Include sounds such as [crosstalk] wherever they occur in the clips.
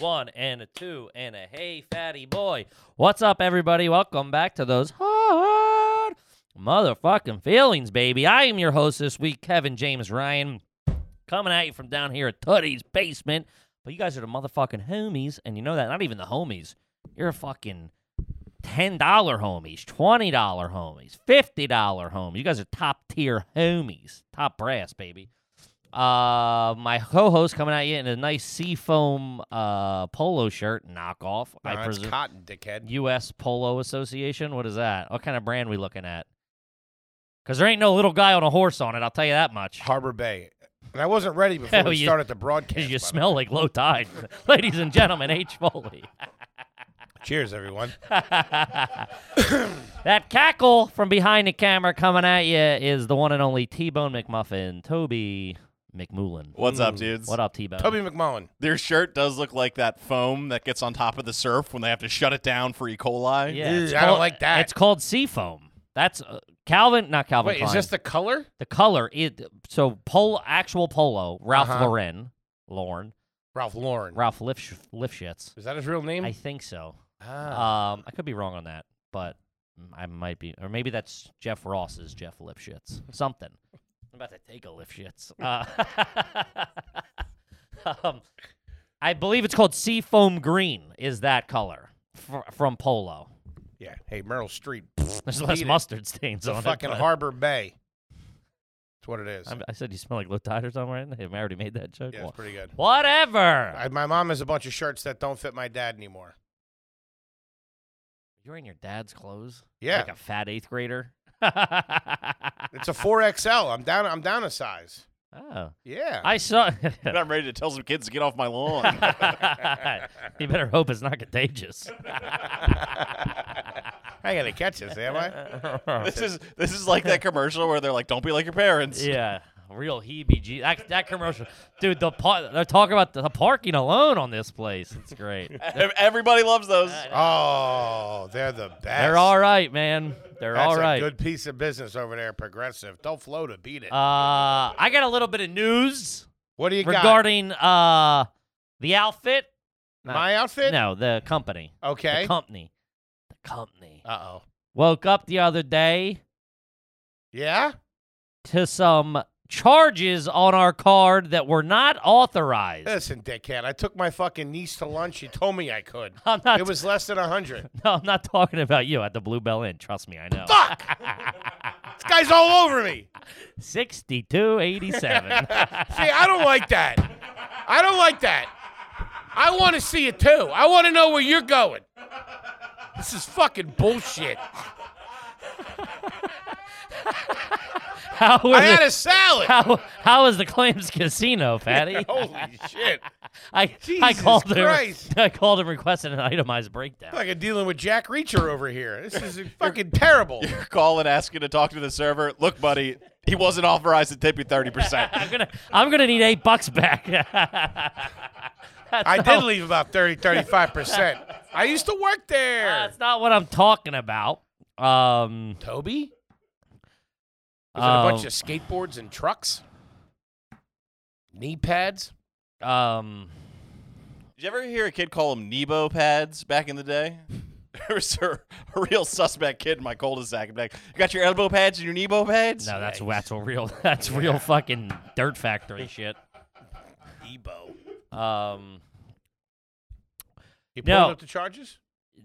one and a two and a hey fatty boy. What's up, everybody? Welcome back to those hard motherfucking feelings, baby. I am your host this week, Kevin James Ryan, coming at you from down here at Tutty's basement. But you guys are the motherfucking homies, and you know that. Not even the homies. You're a fucking ten dollar homies, twenty dollar homies, fifty dollar homies. You guys are top tier homies, top brass, baby. Uh, my co-host coming at you in a nice seafoam uh polo shirt knockoff. No, I it's presume cotton, dickhead. U.S. Polo Association. What is that? What kind of brand we looking at? Because there ain't no little guy on a horse on it. I'll tell you that much. Harbor Bay. And I wasn't ready before Oh, we you- started the broadcast. Because you by the smell like low tide, [laughs] ladies and gentlemen. H. Foley. [coughs] way. Cheers, everyone. that cackle from behind the camera coming at you is the one and only T Bone McMuffin, Toby McMullen. What's up, Mm. dudes? Hmm, What up, T Bone? Toby McMullen. Their shirt does look like that foam that gets on top of the surf when they have to shut it down for E. coli. Yeah, Ew, it's I don't called- like that. It's called seafoam. That's uh, Calvin, not Calvin. Wait, is Klein. this the color? the color? It so polo, actual polo. Ralph Uh-huh. Lauren, Lauren, Ralph Lauren. Ralph Lifsh, Lifshitz. Is that his real name? I think so. ah. Um, I could be wrong on that, but I might be, or maybe that's Jeff Ross's Jeff [laughs] Lipschitz. Something. I'm about to take a Lipschitz. Uh, [laughs] um, I believe it's called seafoam green. Is that color fr- from Polo? yeah. Hey, Meryl Streep. [laughs] There's less Beat it. mustard stains It's a on fucking it. but- Harbor Bay. That's what it is. I'm- I said you smell like low tide or something. Right? I already made that joke. yeah, Wha- it's pretty good. Whatever. I, my mom has a bunch of shirts that don't fit my dad anymore. You're in your dad's clothes. Yeah. Like a fat eighth grader. [laughs] Oh. It's a 4XL. I'm down I'm down a size. oh, Yeah. I [laughs] saw. And I'm ready to tell some kids to get off [laughs] my lawn. [laughs] you better hope it's not [laughs] contagious. [laughs] I ain't gonna catch this, am [laughs] I? this is this is like that commercial where they're like, "Don't be like your parents." yeah, real heebie-jeebies. That, that commercial, dude. The par- they're talking about the, the parking alone on this place. It's great. [laughs] Ev- Everybody loves those. Uh, Oh, they're the best. They're all right, man. They're That's all right. a good piece of business over there, Progressive. Don't float it, beat uh, it. I got a little bit of news what do you got? regarding uh the outfit. My outfit? No, the company. Okay. The company. The company. uh oh. Woke up the other day. Yeah? to some charges on our card that were not authorized. Listen, dickhead, I took my fucking niece to lunch. She told me I could. [laughs] I'm not. It was less than a [laughs] 100. [laughs] no, I'm not talking about you at the Bluebell Inn. Trust me, I know. Fuck! This guy's all over me. Sixty-two [laughs] eighty-seven. [laughs] See, I don't like that. I don't like that. I want to see it too. I want to know where you're going. This is fucking [laughs] bullshit. how I was had it? a salad. How, how was the Clams [laughs] Casino, Patty? Holy shit. I, I oh, Jesus called him. [laughs] Christ. I called him requesting an itemized breakdown. Like I'm dealing with Jack Reacher over here. This is fucking terrible. [laughs] [laughs] You're calling, asking to talk to the server. Look, buddy, he wasn't authorized to tip you [laughs] thirty percent. I'm gonna. I'm gonna need eight bucks back. [laughs] I did leave about 30, 35%. [laughs] I used to work there. That's not what I'm talking about. Um, Toby? Was it a bunch um, of skateboards and trucks? Knee pads? Um, Did you ever hear a kid call them Nebo pads back in [laughs] the day? [laughs] There was a, a real suspect kid in my cul-de-sac. I'm like, you got your elbow pads and your Nebo pads? no, Oh, that's that's a real [laughs] that's real fucking dirt factory shit. Ebo. Um, You pulled No. up the charges?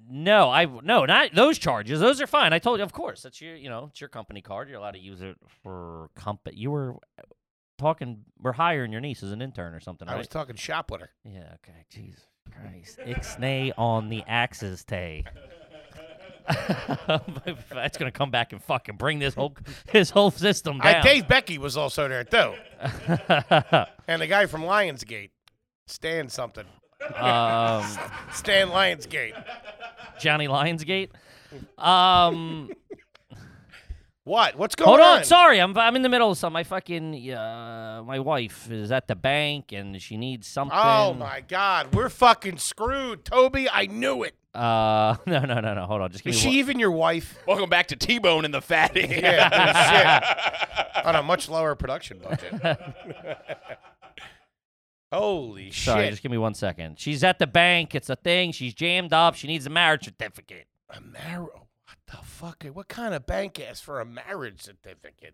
no, I no not those charges. Those are fine. I told you, of course. That's your you know it's your company card. You're allowed to use it for company. You were talking. We're hiring your niece as an intern or something, I right? was talking shop with her. yeah. Okay. Jesus Christ. Ixnay on the axes tay. [laughs] That's gonna come back and fucking bring this whole his whole system I, down. Dave Becky was also there, too. And the guy from Lionsgate. Stan something. [laughs] um, Stan Lionsgate. Johnny [laughs] Lionsgate. Um, What? What's going hold on? on, sorry, I'm I'm in the middle of something. My fucking uh, my wife is at the bank and she needs something. Oh my God, we're fucking screwed, Toby. I knew it. Uh, [laughs] no, no, no, no. Hold on, just give Is me. she one- even your wife? Welcome back to T-Bone and [laughs] the Fatty. Yeah, shit. On a much lower production budget. Holy Sorry, shit. just give me one second. She's at the bank. It's a thing. She's jammed up. She needs a marriage certificate. A mar- oh, What the fuck? What kind of bank asked for a marriage certificate?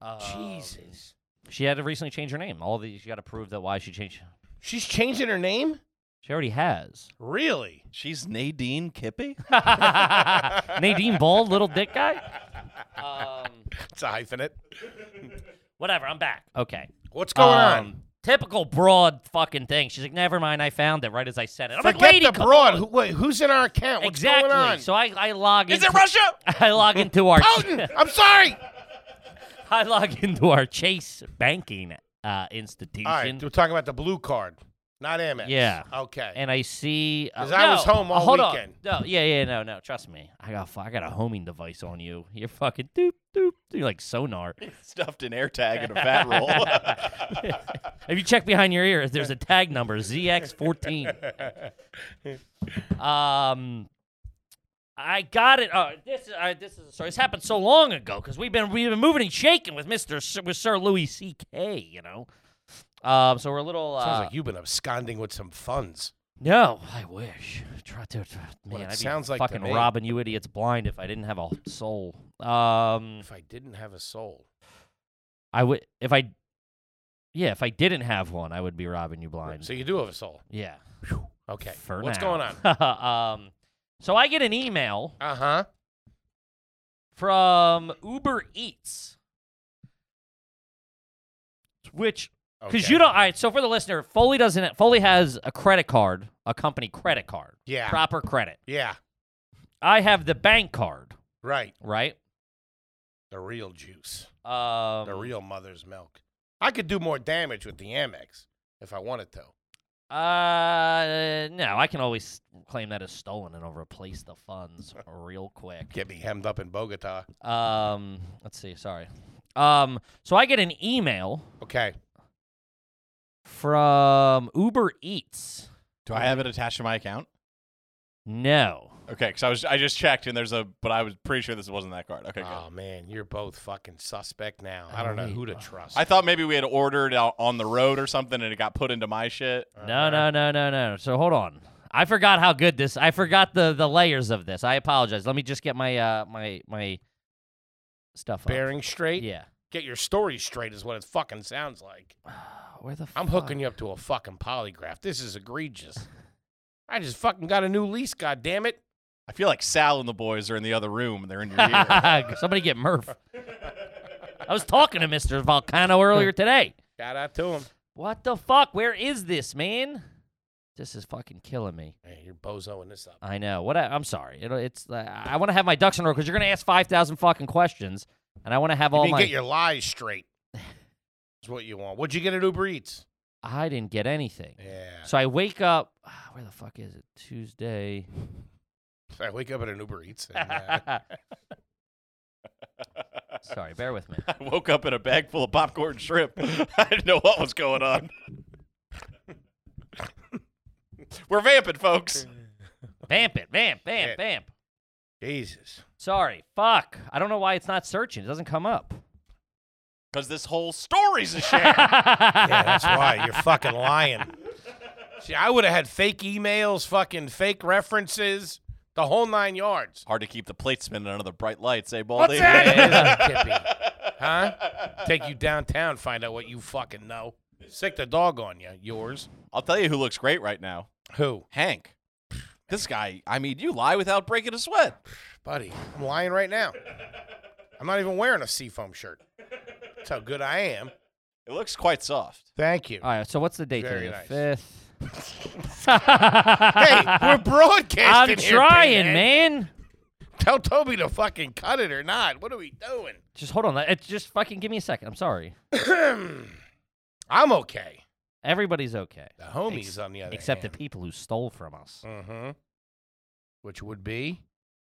Um, Jesus. She had to recently change her name. All these, she got to prove that why she changed. She's changing her name? She already [laughs] has. Really? She's Nadine Kippy? Nadine Bald, little dick [laughs] guy. Um, It's a hyphenate. whatever. I'm back. Okay. What's going Um, on? Typical broad fucking thing. She's like, never mind. I found it right as I said it. I'm Forget like, lady, the come broad. on." Who, wait, who's in our account? What's exactly. going on? So I, I log Is into, it Russia? I log into our Houghton, I'm sorry. [laughs] I log into our Chase banking uh, institution. All right, we're talking about the blue card, not Amex. Yeah. Okay. and I see. uh, 'Cause I was no, home uh, all hold weekend. On. No, yeah, yeah, no, no. Trust me, I got fu- I got a homing device on you. You're fucking doop doop. You're like sonar. [laughs] Stuffed an air tag in a fat [laughs] roll. [laughs] if you check behind your ear, there's a tag number [laughs] ZX14. um, I got it. Uh, this is uh, this is sorry. This happened so long ago because we've been we've been moving and shaking with Mister with Sir Louis C.K. You know. Um, so we're a little. Uh, Sounds like you've been absconding with some funds. No, I wish. Try to, try, man, Well, it I'd sounds be like to fucking me. robbing you idiots blind if I didn't have a soul. Um, If I didn't have a soul, I would if I, yeah, if I didn't have one, I would be robbing you blind. so you do have a soul. yeah. Okay. For What's now. going on? [laughs] um, so I get an email Uh huh. from Uber Eats, which because okay. you don't. All right, so for the listener, Foley doesn't. Foley has a credit card, a company credit card, Yeah. proper credit. yeah. I have the bank card, Right. right? The real juice. Um, the real mother's milk. I could do more damage with the Amex if I wanted to. Uh, no, I can always claim that as stolen and I'll replace the [laughs] funds real quick. Get me hemmed up in Bogota. Um, let's see. Sorry. Um, so I get an email Okay. from Uber Eats. Do I have it attached to my account? No. Okay, because I was I just checked and there's a but I was pretty sure this wasn't that card. Okay, good. Oh man, you're both fucking suspect now. I don't know Alright. who to trust. I thought maybe we had ordered out on the road or something and it got put into my shit. No, no, no, no, no. So hold on. I forgot how good this. I forgot the the layers of this. I apologize. Let me just get my uh my my stuff up. Bearing straight. Yeah. [sighs] Get your story straight is what it fucking sounds like. Where the I'm hooking you up to a fucking polygraph. This is egregious. I just fucking got a new lease. God damn [laughs] it. I feel like Sal and the boys are in the other room and they're in [laughs] your [laughs] ear. Somebody get Murph. I was talking to Mr. Volcano earlier today. Shout out to him. What the fuck? Where is this, man? This is fucking killing me. Man, you're bozoing this up. I know. What? I, I'm sorry. It, it's. Uh, I want to have my ducks in a row because you're gonna ask five thousand fucking questions, and I want to have You all mean my. get your [laughs] lies straight. Is what you want. What'd you get at Uber Eats? I didn't get anything. Yeah. So I wake up. ah, Where the fuck is it? Tuesday. I wake up at an Uber Eats. And, [laughs] uh, sorry, bear [laughs] with me. I woke up in a bag full of popcorn shrimp. [laughs] I didn't know what was going on. [laughs] We're vamping, folks. Vamp it. Vamp. Vamp. Shit. Vamp. Jesus. Sorry. Fuck. I don't know why it's not searching. It doesn't come up. Because this whole story's a [laughs] sham. Yeah, [laughs] that's why you're fucking lying. See, I would have had fake emails, fucking fake references, the whole nine yards. Hard to keep the plate spinning under the bright lights, eh, Baldy? that? [laughs] Yeah, yeah, yeah. Huh? Take you downtown, find out what you fucking know. Sick the dog on you. Yours. I'll tell you who looks great right now. Who? Hank. This guy, I mean, you lie without breaking a sweat. Buddy, I'm lying right now. I'm not even wearing a seafoam shirt. That's how good I am. It looks quite soft. Thank you. All right, so what's the date Very today? nice. The fifth. [laughs] [laughs] Hey, we're I'm broadcasting. here, trying, Pinhead. man. Tell Toby to fucking cut it or not. What are we doing? [clears throat] Just hold on. It- Just fucking give me a second. I'm sorry. I'm okay. Everybody's okay, The homies, Ex- on the other except the hand. people who stole from us. Mm-hmm. Which would be?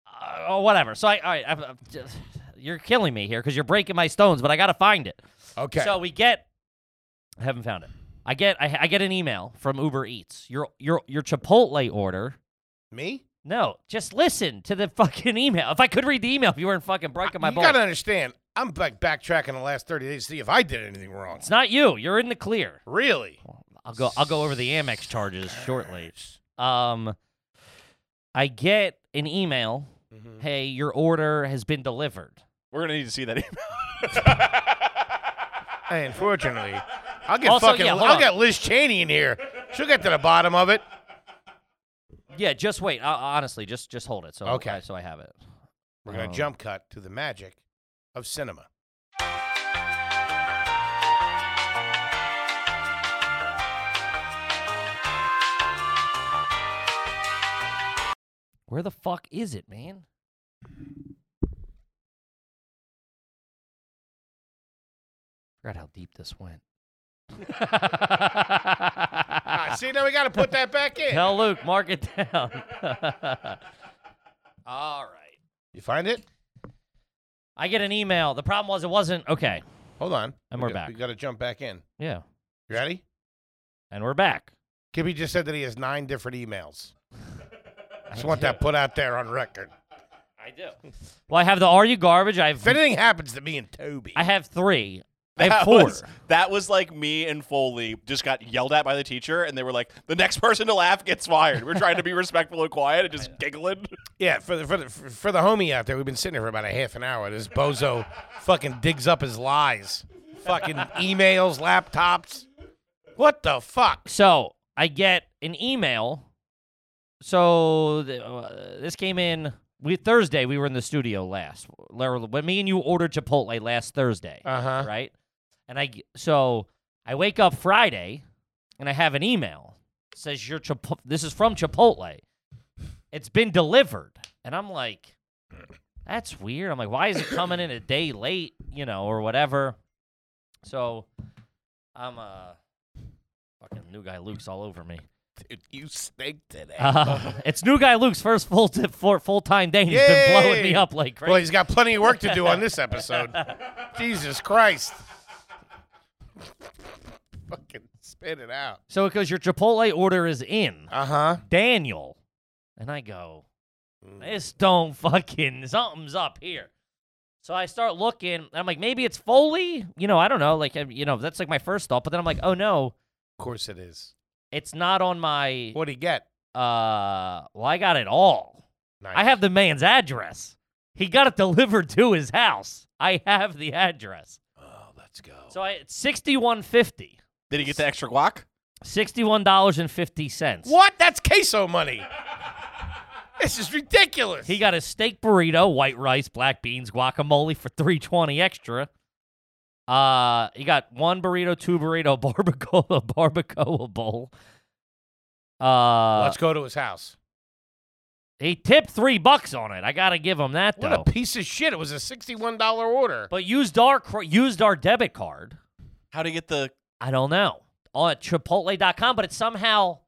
Uh, oh, whatever. So I, all right, I'm, I'm just, you're killing me here because you're breaking my stones, but I gotta find it. Okay. So we get. I haven't found it. I get. I, I get an email from Uber Eats. Your your your Chipotle order. me? No, just listen to the [laughs] fucking email. If I could read the email, if you weren't fucking breaking my you balls. gotta understand, I'm back backtracking the last 30 days to see if I did anything wrong. It's not you. You're in the clear. Really? Uh, I'll go. I'll go over the Amex charges shortly. Um, I get an email. Mhm. Hey, your order has been delivered. We're gonna need to see that email. Hey, unfortunately, I'll get Also, fucking. yeah, hold I'll on. get Liz Cheney in here. She'll get to the bottom of it. Yeah, just wait. I, I- honestly, just just hold it. So Okay. I- so I have it. We're gonna Um, jump cut to the magic of cinema. [laughs] Where the fuck is it, man? Forgot how deep this [laughs] went. [laughs] Ah, see, now we gotta put that back in. Tell Luke, mark it down. [laughs] All right. You find it? I get an email. The problem was it wasn't okay. Hold on. And We we're got- back. We gotta jump back in. Yeah. You ready? And we're back. Gibby just said that he has nine different [laughs] emails. I just want that put out there on record. I do. Well, I have the Are You Garbage. I have If anything happens to me and Toby, I have three. [laughs] I have That four. was, that was like me and Foley just got yelled at by the teacher, and they were like, "The next person to laugh gets fired." We're trying to be respectful and quiet [laughs] and just giggling. yeah, for the, for the for the homie out there, we've been sitting here for about a half an hour. This bozo fucking digs up his lies, fucking emails, laptops. What the fuck? So I get an email. So th- uh, this came in we Thursday. We were in the studio last. Lar- When me and you ordered Chipotle last Thursday, Uh huh. right? And I g- so I wake up Friday, and I have an email It says your Chipo- This is from Chipotle. It's been delivered, and I'm like, that's weird. I'm like, why is it coming in a day late? You know, or whatever. So I'm uh fucking new guy Luke's all over [laughs] me. Dude, you snake today. Uh, it's new guy Luke's first full t- full full time day. and He's been blowing me Yay! up like crazy. Well, he's got plenty of work to do on this episode. Jesus Christ. Fucking spit it out. so it goes, your Chipotle order is in, Uh huh. Daniel, and I go, Mm, this don't fucking something's up here. So I start looking, and I'm like, maybe it's Foley. You know, I don't know. Like, I- you know, that's like my first thought. But then I'm like, oh no, Of course it is. it's not on my. What'd he get? Uh, well, I got it all. Nice. I have the man's address. He got it [laughs] delivered to his house. I have the address. Oh, let's go. So I it's 6150. Did he get the extra guac? $61.50. what? That's queso money. this is ridiculous. He got a steak burrito, white rice, black beans, guacamole for 320 extra. Uh, he got one burrito, two burrito, barbacoa, [laughs] barbacoa bowl. Uh, let's go to his house. he tipped 3 bucks on it. I got to give him that What though. a piece of shit. It was a $61 order. but used our cr- used our debit card. How did he get the? I don't know. On Chipotle.com, but it somehow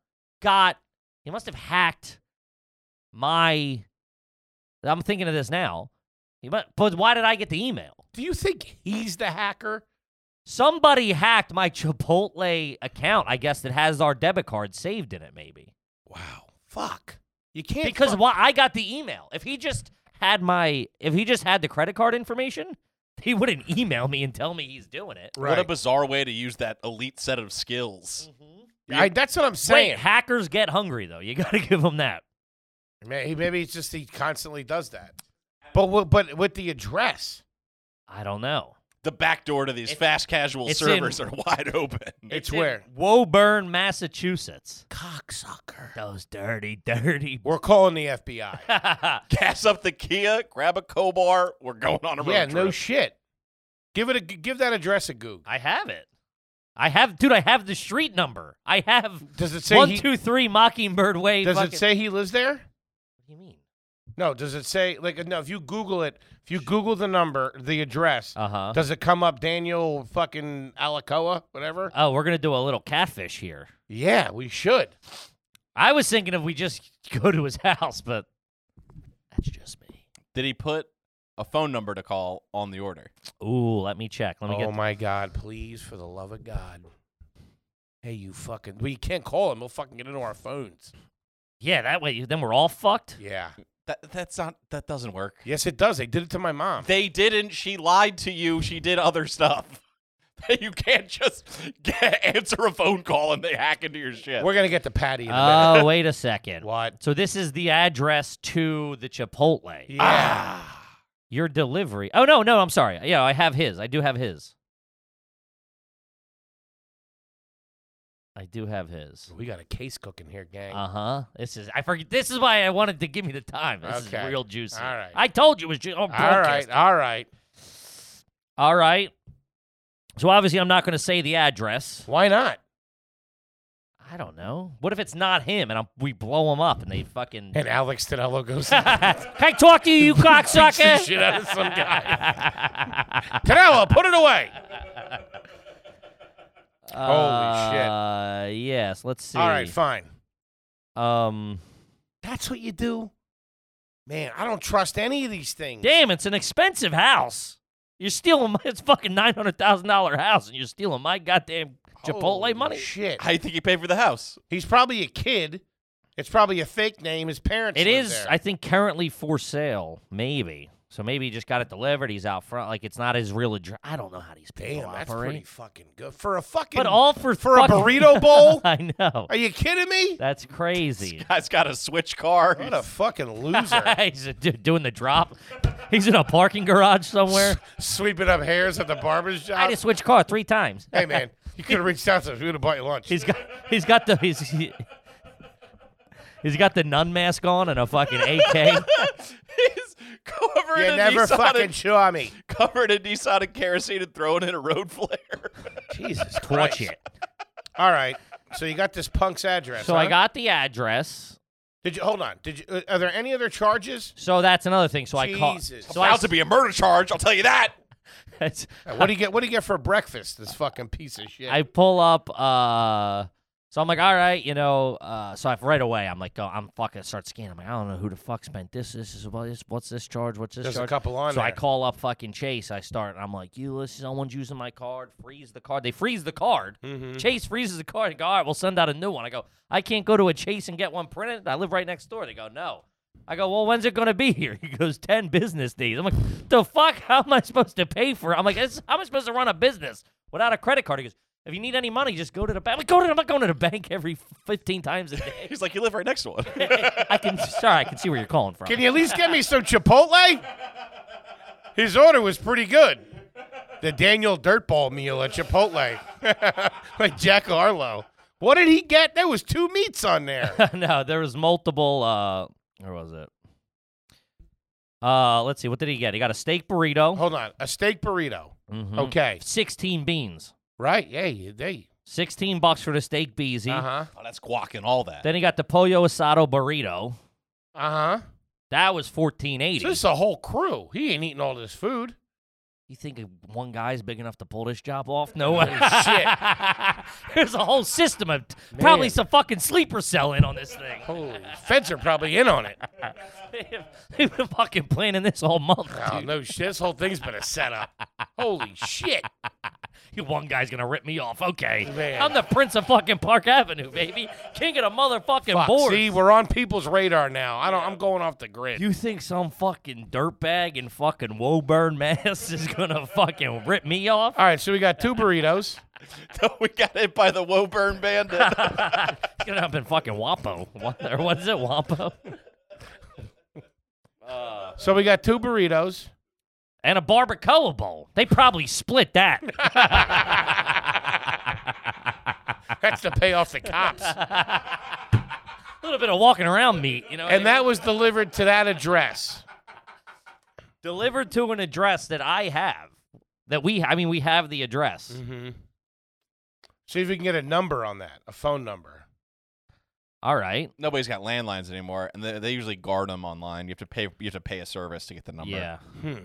got. He must have hacked my. I'm thinking of this now. He must, but why did I get the email? Do you think he's the hacker? Somebody hacked my [laughs] Chipotle account. I guess that has our debit card saved in it, maybe. Wow. Fuck. You can't. Because fuck- why I got the email. If he just had my, if he just had the credit card information, [laughs] he wouldn't email me and tell me he's doing it. Right. What a bizarre way to use that elite set of skills. Mm-hmm. I, that's what I'm Wait, saying. hackers get hungry though. You [laughs] got to give them that. May- he- Maybe it's just he constantly does that. But wi- but with the address, I don't know. The back door to these It's- fast casual it's servers in- are [laughs] wide open. It's in where? Woburn, Massachusetts. cocksucker. Those dirty, [laughs] dirty. We're calling the FBI. Gas up the Kia, grab a Cobar. We're going on a road yeah, trip. no shit. Give it a g- give that address a goog. I have it. I have, dude. I have the street number. I have Does it say one, he, two, three Mockingbird Way. Does fucking- it say he lives there? What do you mean? No. Does it say like no? If you Google it, if you Google the number, the address, Uh Uh-huh. huh. does it come up Daniel fucking Alacoa, whatever? Oh, we're gonna do a little catfish here. Yeah, we should. I was thinking if we just [laughs] go to his house, but that's just me. Did he put a phone number to call on the order? Ooh, let me check. Let me oh get. my God! Please, for the love of God. Hey, you fucking. We can't call him. We'll fucking get into our phones. Yeah, that way. Then we're all [laughs] fucked. Yeah. That that's not that doesn't work. Yes, it does. They did it to my mom. They didn't. She lied to you. She did other stuff. [laughs] you can't just get, answer a phone call and they hack into your shit. We're gonna get to Patty in a minute. Oh, wait a second. What? So this is the address to the Chipotle. Yeah. Ah. Your delivery. Oh no, no, I'm sorry. Yeah, I have his. I do have his. I do have his. We got a case cooking here, gang. Uh huh. This is I forget. This is why I wanted to give me the time. This Okay. is real juicy. All right. I told you it was juicy. all right, all right. All right. So obviously, I'm not going to say the address. Why not? I don't know. What if it's not him and I'm, we blow him up and they fucking. And Alex Danello [laughs] goes. Can I talk to you, you [laughs] cocksucker? shit out of [laughs] some guy. Danello, put [laughs] it away. shit. Uh, yes, let's see. All right, fine. um, That's what you do. Man, I don't trust any of these things. damn, it's an expensive house. You're stealing my, it's fucking nine hundred thousand dollar house, and you're stealing my goddamn Chipotle Holy money. Shit. How you think he paid for the house? He's probably a kid. It's probably a fake name. His parents. It live is, there. I think, currently for sale. Maybe so. Maybe he just got it delivered. He's out front. Like it's not his real address. I don't know how these people Damn, that's operate. pretty fucking good for a fucking. but all for for a fucking- [laughs] burrito bowl? I know. Are you kidding me? That's crazy. Guy's got a switch car. What [laughs] a fucking loser. He's a dude doing the drop. He's in a parking garage somewhere. Sweeping up hairs at the barber's shop. I just switched car three times. hey man, you could have reached out to us. We would have bought you lunch. He's got he's got the he's he, has got the nun mask on and a fucking [laughs] AK. [laughs] He's covered you in never Nissan fucking and- show me. [laughs] covered in Nissan and kerosene and thrown in a road flare. Jesus Torch Christ. it. [laughs] All right. So you got this punk's address. So I huh? got the address. Did you hold on? Did you? uh, Are there any [laughs] other charges? So that's another thing. So I called. Jesus. So I, About [laughs] to be a murder charge, I'll tell you that. it's- Uh, What do you get? What do you get for breakfast? This fucking piece of shit. I pull up. uh So I'm like, all right, you know. Uh, so I right away, I'm like, oh, I'm fucking start scanning. I'm like, I don't know who the fuck spent this. This is what this. What's this charge? What's this There's a charge? couple on so there. I call up fucking Chase. I start. I'm like, you, someone's using my card. Freeze the card. They freeze the card. Mhm. Chase freezes the card and go, all right, we'll send out a new one. I go, I can't go to a Chase and get one printed. I live right next door. They go, no. I go, well, when's it going to be here? [laughs] He goes, 10 business days. I'm like, the fuck? How am I supposed to pay for it? I'm like, this, how am I supposed to run a business without a credit card? He goes, if you need any money, just go to the bank. I'm like, go to, I'm not going to the bank every 15 times a day. He's like, you live right next to one. [laughs] I can, sorry, I can see where you're calling from. Can you at least get me some Chipotle? His order was pretty good. The Daniel Dirtball meal at Chipotle. [laughs] like Jack Harlow. What did he get? There was two meats on there. [laughs] no, there was multiple. Uh, where was it? Uh, let's see. What did he get? He got a steak burrito. Hold on. A steak burrito. Mhm. Oh, Okay. 16 beans. Right. Yeah, you- they. 16 bucks for the steak beezy. Uh-huh. oh, that's guac and all that. Then he got the pollo asado burrito. Uh-huh. That was 14.80. So this is a whole crew. He ain't eating all this food. you think one guy's big enough to pull this job off? No way. [laughs] shit. There's a whole system of probably Man. Oh. some fucking sleeper cell in on this thing. [laughs] Holy feds are probably in on it. They've been fucking planning this all month. Oh, no shit. This whole thing's been a setup. Holy shit. You- [laughs] One guy's gonna rip me off. Okay, Man. I'm the prince of fucking Park Avenue, baby, king of the motherfucking Fuck, boards. see, we're on people's radar now. I don't I'm going off the grid. You think some fucking dirtbag in fucking Woburn, [laughs] Mass is gonna fucking rip me off? all right, so we got two burritos. [laughs] we got hit by the [laughs] Woburn bandit. [laughs] He's gonna up in fucking Wampo. What, or what is it, Wampo? So we got two [laughs] burritos. [laughs] And a barbacoa bowl. They probably split that. [laughs] That's to pay off the cops. a little bit of walking around meat, you know. what I And that mean? was delivered to that address. delivered to an address that I have. That we, I mean, we have the address. Mm-hmm. See if we can get a number on that, a phone number. All right. Nobody's got landlines anymore, and they, they usually guard them online. You have to pay. You have to pay a service to get the number. Yeah. Hmm.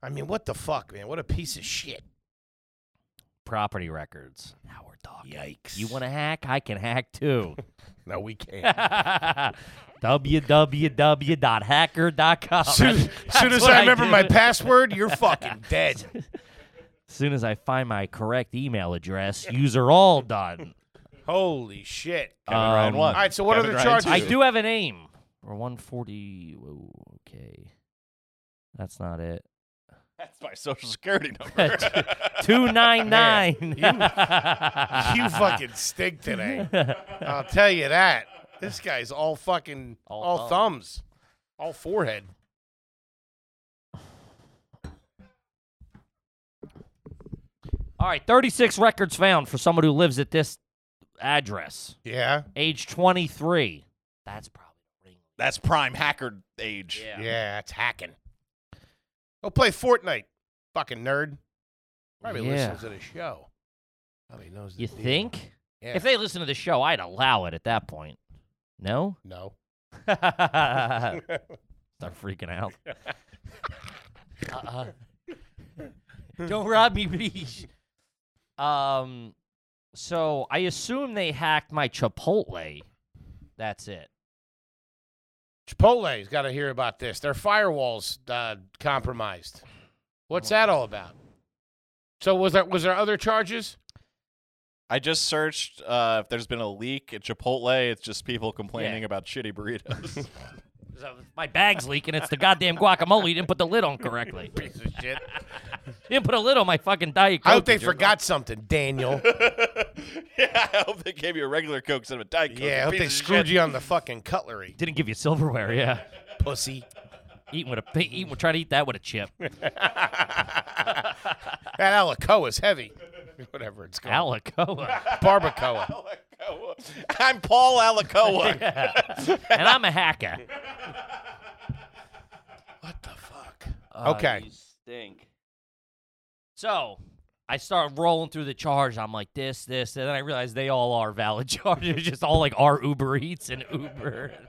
I mean, what the fuck, man? What a piece of shit. Property records. Now we're talking. Yikes. You want to hack? I can hack too. [laughs] No, we can't. www.hacker.com. soon, That's- soon that's as what I remember do. my password, [laughs] you're fucking dead. soon as I find my correct email address, user all done. Holy shit. Kevin Ryan Um, won. All right, so what Kevin are the Ryan charges? two. I do have an aim. [laughs] Or 140. Whoa, okay. That's not it. That's my social security number. 299. [laughs] You eh? fucking stink today. I'll tell you that. This guy's all fucking all, All thumbs. all forehead. [laughs] All right, 36 records found for someone who lives at this address. Yeah, Age 23. That's probably ring. [laughs] That's prime hacker age. yeah, it's hacking. Go play Fortnite, fucking nerd. Probably Yeah. listens to the show. Probably knows. the You deal. think? Yeah. If they listen to the show, I'd allow it at that point. No? [laughs] No. Start freaking out. Uh-uh. Don't rob me, please. Um, so I assume they hacked my Chipotle. That's it. [laughs] Chipotle's got to hear about this. Their firewalls uh, compromised. What's that all about? So was there was there other charges? I just searched uh, if there's been a leak at Chipotle. It's just people complaining about shitty burritos. [laughs] [laughs] So My bag's leaking. It's the goddamn guacamole. You didn't put the lid on correctly. You Piece of shit. didn't put a lid on my fucking diet. I hope Coke, they you jerk forgot something, [laughs] Daniel. yeah, I hope they gave you a regular Coke instead of a Diet Coke. yeah, I hope they screwed you on the fucking cutlery, off. Didn't give you silverware. Yeah, pussy. eating with a pi- eating with- try to eat that with a [laughs] chip. That alacoa is heavy. [laughs] Whatever it's called. Alacoa, [laughs] Barbacoa. Oh, I'm Paul [laughs] Alacoa. [laughs] and I'm a hacker. What the fuck? Uh, Okay. you stink. So I start rolling through the charge. I'm like this, this, and then I realize they all are valid [laughs] charges. It's just all like our Uber Eats and Uber. [laughs]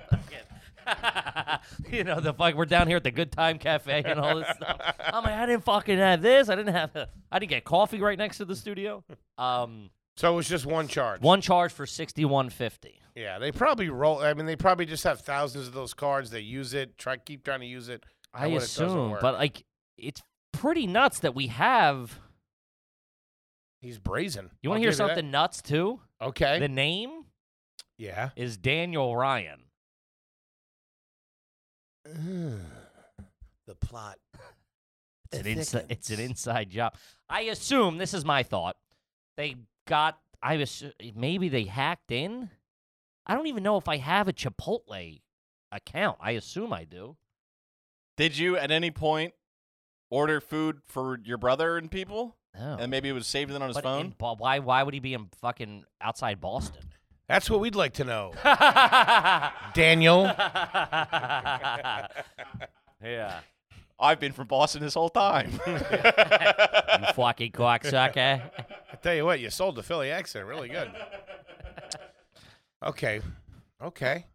you know the fuck. We're down here at the Good Time Cafe and all this stuff. [laughs] I'm like, I didn't fucking have this. I didn't have. I didn't get coffee right next to the studio. Um, So it was just one charge. one charge for sixty-one fifty. Yeah, they probably roll. I mean, they probably just have thousands of those cards. They use it. Try keep trying to use it. I and when it doesn't assume, work- but like, it's pretty nuts that we have. he's brazen. You want I'll to hear give that. something nuts too? Okay. The name yeah. is Daniel Ryan. [sighs] the plot. It's an, inside, it's an inside job. I assume this is my thought. They got. I was maybe they hacked in. I don't even know if I have a Chipotle account. I assume I do. Did you at any point order food for your brother and people? No. And maybe it was saved then on his But in phone? Bo- why? Why would he be in fucking outside Boston? That's what we'd like to know, [laughs] Daniel. yeah. I've been from Boston this [laughs] whole time. [laughs] You fucking cocksucker. I tell you what, you sold the Philly accent really good. Okay, okay.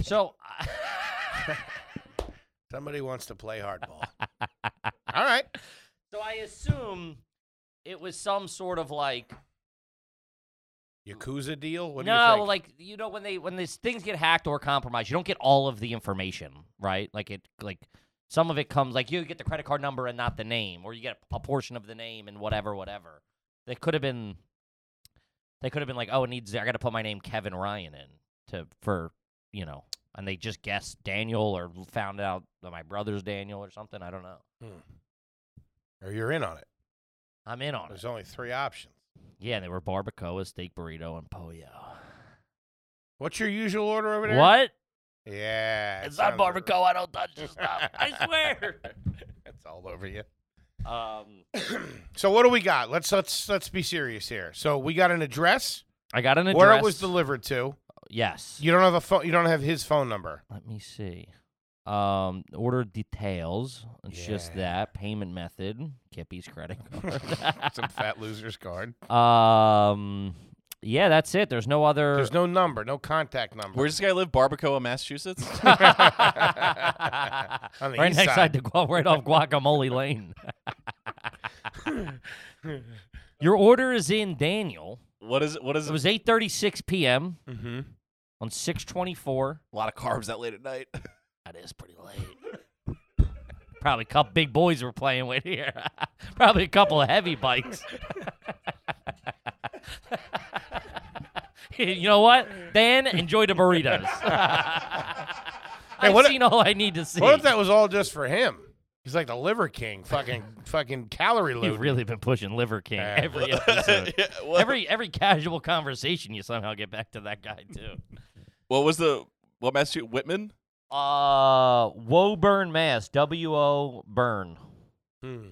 so. [laughs] Somebody wants to play [laughs] hardball. All right. So I assume it was some sort of like Yakuza deal. What do you no, think? like you know when they when these things get hacked or compromised, you don't get all of the information, right? Like it like some of it comes like you get the credit card number and not the name, or you get a portion of the name and whatever, whatever. They could have been they could have been like, oh, it needs I got to put my name Kevin Ryan in to for you know, and they just guessed Daniel or found out that my brother's Daniel or something. I don't know. or you're in on it. I'm in on it. There's only three options. Yeah, they were barbacoa, steak burrito, and pollo. What's your usual order over there? What? Yeah. it It's not sounds- barbacoa. I don't touch this [laughs] stuff. I swear. It's all over you. [laughs] [clears throat] Um, So what do we got? Let's let's let's be serious here. So we got an address, I got an address. where it was delivered to. Yes. You don't have a phone. You don't have his phone number. [laughs] Let me see. Um, order details. It's just Yeah. that payment method. Kippy's [laughs] credit Some fat loser's card. card. [laughs] um, yeah, that's it. There's no other. There's no [laughs] number, no contact number. Where's this guy live? Barbacoa, Massachusetts? [laughs] [laughs] right On the next east side, to Gua- [laughs] right off Guacamole [laughs] Lane. Your order is in, Daniel. what is it? What is It it? was 8:36 p.m. [laughs] Mm-hmm. on 6:24. a lot of carbs that late at night. [laughs] That is pretty late. [laughs] Probably a couple big boys we're playing with here. [laughs] Probably a couple of heavy bikes. [laughs] you know what? Dan, enjoy the burritos. [laughs] I've what if- seen all I need to see. What if that was all just for him? He's like the liver king, fucking [laughs] fucking calorie You've load. really been pushing Liver King Yeah. [laughs] every episode. Yeah, well- Every every casual conversation, you somehow get back to that guy too. What was the what Massachusetts Whitman? Uh, Woburn, Mass. W O Burn. Hmm.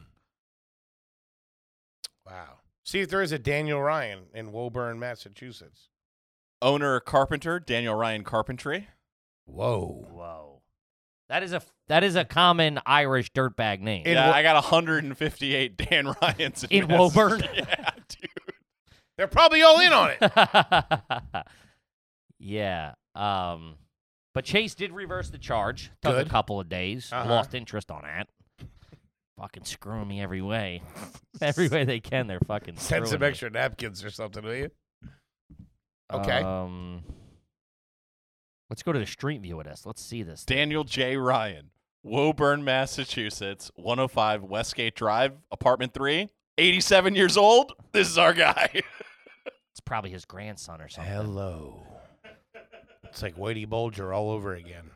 Wow. See if there is a Daniel Ryan in Woburn, Massachusetts. Owner carpenter Daniel Ryan Carpentry. Whoa. Whoa, that is a that is a common Irish dirtbag name. In yeah, Wo- I got 158 Dan Ryans In Massachusetts. Woburn? [laughs] yeah, dude. They're probably all in on it. [laughs] yeah. Um, but Chase did reverse the charge. Took Good. a couple of days. Uh-huh. Lost interest on that. fucking screwing me every [laughs] way. every way they can, they're fucking Send screwing some me. extra napkins or something, will you? Okay. Um, let's go to the street view of this. Let's see this. Daniel J. Ryan, Woburn, Massachusetts, 105 Westgate Drive, apartment three, 87 years old. This is our guy. [laughs] It's probably his grandson or something. Hello. It's like Whitey Bulger all over again.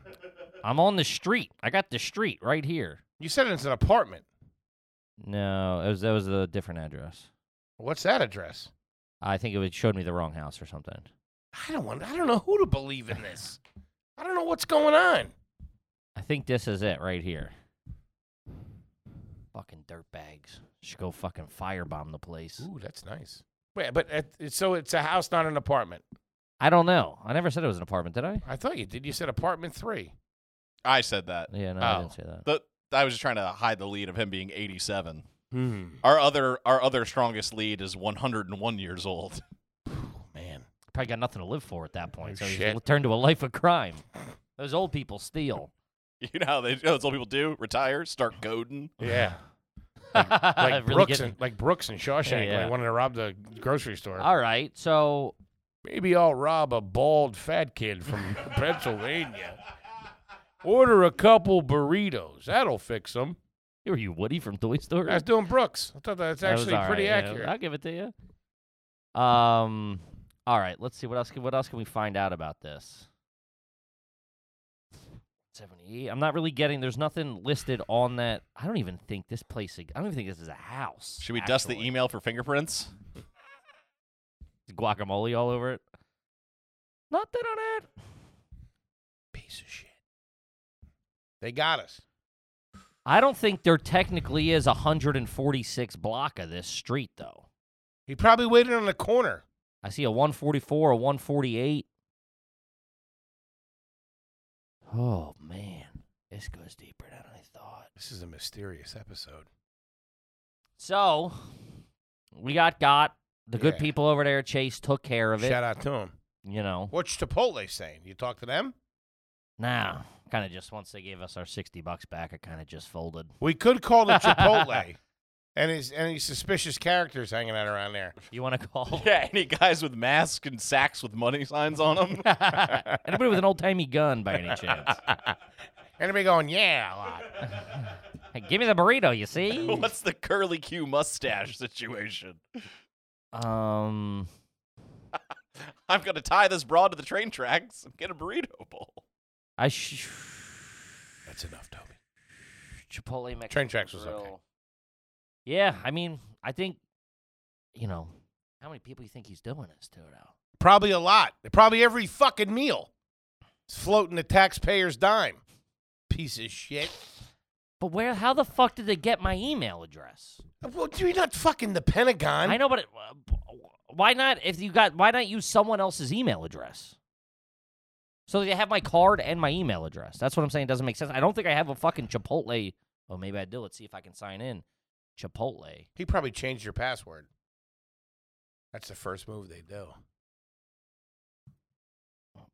I'm on the street. I got the street right here. You said it's an apartment. No, it was that was a different address. What's that address? I think it was- showed me the wrong house or something. I don't want. I don't know who to believe in this. I don't know what's going on. I think this is it right here. Fucking dirtbags. Should go fucking firebomb the place. Ooh, that's nice. Wait, but at, it's- so it's a house, not an apartment. I don't know. I never said it was an apartment, did I? I thought you did. You said apartment three. I said that. Yeah, no, I Oh. didn't say that. The, I was just trying to hide the lead of him being 87. Hmm. Our other our other strongest lead is 101 years old. [laughs] Man. Probably got nothing to live for at that point. So he's Oh, shit. l- turned to a life of crime. Those old people steal. You know how they you know, that's what people do: retire, start goading. Yeah. [laughs] [laughs] Like Like Brooks and like Brooks and Shawshank Yeah, yeah. like wanted to rob the grocery store. All right, so Maybe I'll rob a bald fat kid from [laughs] Pennsylvania. Order a couple burritos. That'll fix them. who are you, Woody from Toy Story? I was doing Brooks. I thought that's That was actually all pretty right, yeah. accurate. I'll give it to you. Um, all right. Let's see what else. Can, what else can we find out about this? Seventy-eight. I'm not really getting. There's nothing listed on that. I don't even think this place. I don't even think this is a house. Should we dust the actually. email for fingerprints? Guacamole all over it. Nothing on it. Piece of shit. They got us. I don't think there technically is a 146 block of this street though. He probably waited on the corner. I see a 144, a 148. Oh, man. This goes deeper than I thought. This is a mysterious episode. So, we got got. The good Yeah. people over there, Chase, took care of it. Shout out to him. You know, What's Chipotle saying? You talk to them? now, kind of just once they gave us our 60 bucks back, I kind of just folded. We could call the Chipotle. [laughs] and his any suspicious characters hanging out [laughs] around there. You want to [laughs] call? [laughs] Yeah, any guys with masks and sacks with money signs on them? Anybody with an old timey gun by any [laughs] chance? Anybody going, yeah, a lot. Hey, give me the burrito, you see? [laughs] What's the curly Q mustache situation? Um, I'm gonna tie this broad to the train tracks and get a burrito bowl. I sh- That's enough, Toby. Chipotle Mexican Train tracks was okay. Grill. Yeah, I mean, I think, you know, how many people you think he's doing this to now? Probably a lot. Probably every fucking meal. It's floating the taxpayer's dime. Piece of shit. But where? How the fuck did they get my email address? Well, you're not fucking the Pentagon. i know, but it, uh, b- why not? If you got, why not use someone else's email address? So they have my card and my email address. That's what I'm saying. It doesn't make sense. I don't think I have a fucking Chipotle. Oh, maybe I do. Let's see if I can sign in. Chipotle. He probably changed your password. That's the first move they do.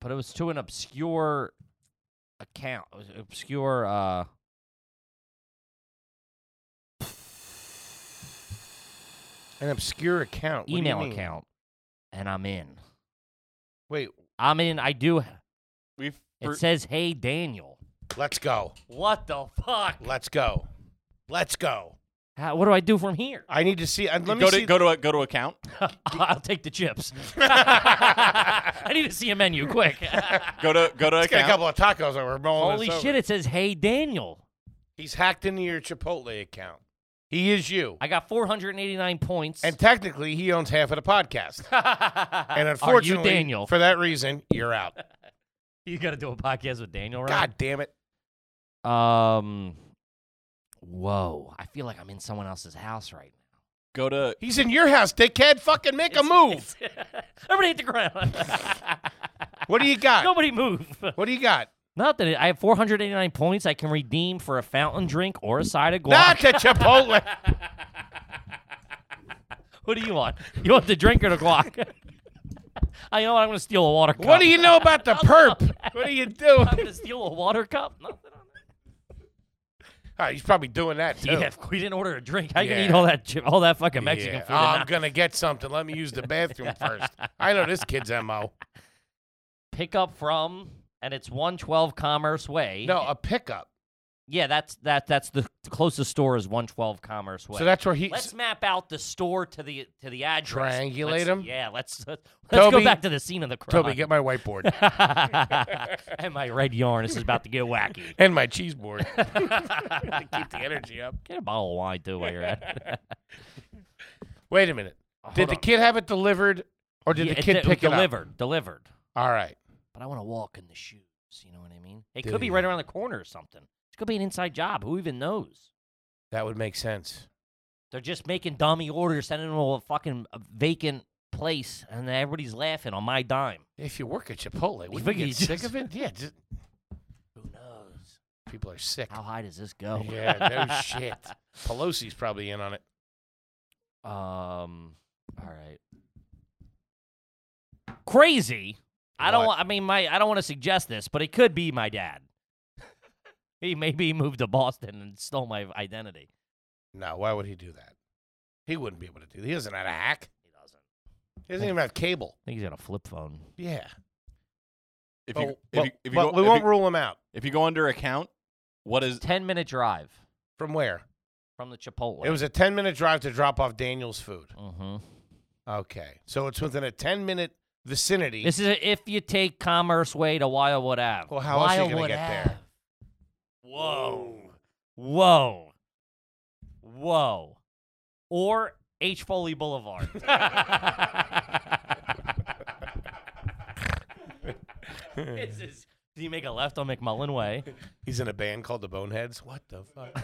but it was to an obscure account, it was an obscure. uh An obscure account. What do you email mean? account, and I'm in. Wait, I'm in. I do. It We've for- says, "Hey Daniel." let's go. What the fuck? Let's go. Let's go. How, what do I do from here? I need to see. Uh, let me go see. to go to a, go to account. [laughs] I'll take the [laughs] chips. I need to see a menu [laughs] quick. Go to go to Let's get a [laughs] account. couple of tacos and we're rolling Holy this over. shit! It says, "Hey Daniel." He's hacked into your Chipotle account. He is you. I got 489 points. And technically, he owns half of the podcast. [laughs] And Are unfortunately, you Daniel? for that reason, you're out. [laughs] You got to do a podcast with Daniel, right? God damn it. Um. Whoa, I feel like I'm in someone else's house right now. Go to He's in your house, dickhead. Fucking make a move. It's- [laughs] Everybody hit the ground. [laughs] What do you got? Nobody move. What do you got? Not that it, I have 489 points I can redeem for a fountain drink or a side of guac. Not the Chipotle. [laughs] What do you want? You want the drink or the guac? [laughs] I know what, I'm going to steal a water cup. What do you know about the perp? What are you doing? [laughs] I'm going to steal a water cup? [laughs] Nothing on Ah, he's probably doing that too. that. Yeah, we didn't order a drink. I can Yeah. eat all that chi- all that fucking Mexican Yeah. food. Oh, and I'm not gonna get something. Let me use [laughs] the bathroom first. I know this kid's mo. pick up from, and it's 112 Commerce Way. No, a pickup. Yeah, that's that. That's the the closest store is 112 Commerce Way. So that's where he. Let's map out the store to the to the address. Triangulate Let's- 'em? Yeah, let's let's go Toby- back to the scene of the crime. [laughs] Toby, get my whiteboard and my red yarn is about to get [laughs] wacky. and my cheese board. get Keep the energy up. a bottle of wine too while you're at Wait [laughs] a minute. it. Did the kid have it delivered, or did the kid pick it up? delivered? Delivered. All right. But I want to walk in the shoes. You know what I mean? It Did could be he? right around the corner or something. It could be an inside job. Who even knows? That would make sense. They're just making dummy orders, sending them to a fucking uh, vacant place, and then everybody's laughing on my dime. If you work at Chipotle, You would you think get he's sick just- of it? Yeah, just, Who knows? people are sick. How high does this go? Yeah, [laughs] [laughs] no shit. Pelosi's probably in on it. Um. All right. Crazy. I don't. What? wa- I mean, my. I don't want to suggest this, but it could be my dad. [laughs] he maybe moved to Boston and stole my identity. No, why would he do that? He wouldn't be able to do. That. He doesn't have a hack. He doesn't. I He doesn't even have cable. think he's got a flip phone. Yeah. if But- you if but- you if you but go, Oh, we if won't you, rule him out. if you go under account, what is Ten minute drive From where? from the Chipotle. It was a 10 minute drive to drop off Daniel's food. Mm-hmm. Okay. So it's within a 10 minute vicinity. This is a, if you take Commerce Way to Wildwood Ave. Well, how else you gonna Wildwood get there? Ave. Whoa. Whoa. Whoa. Or H. Foley [laughs] Boulevard. this is, do you make a left on McMullen Way? He's in a band called the Boneheads. What the fuck?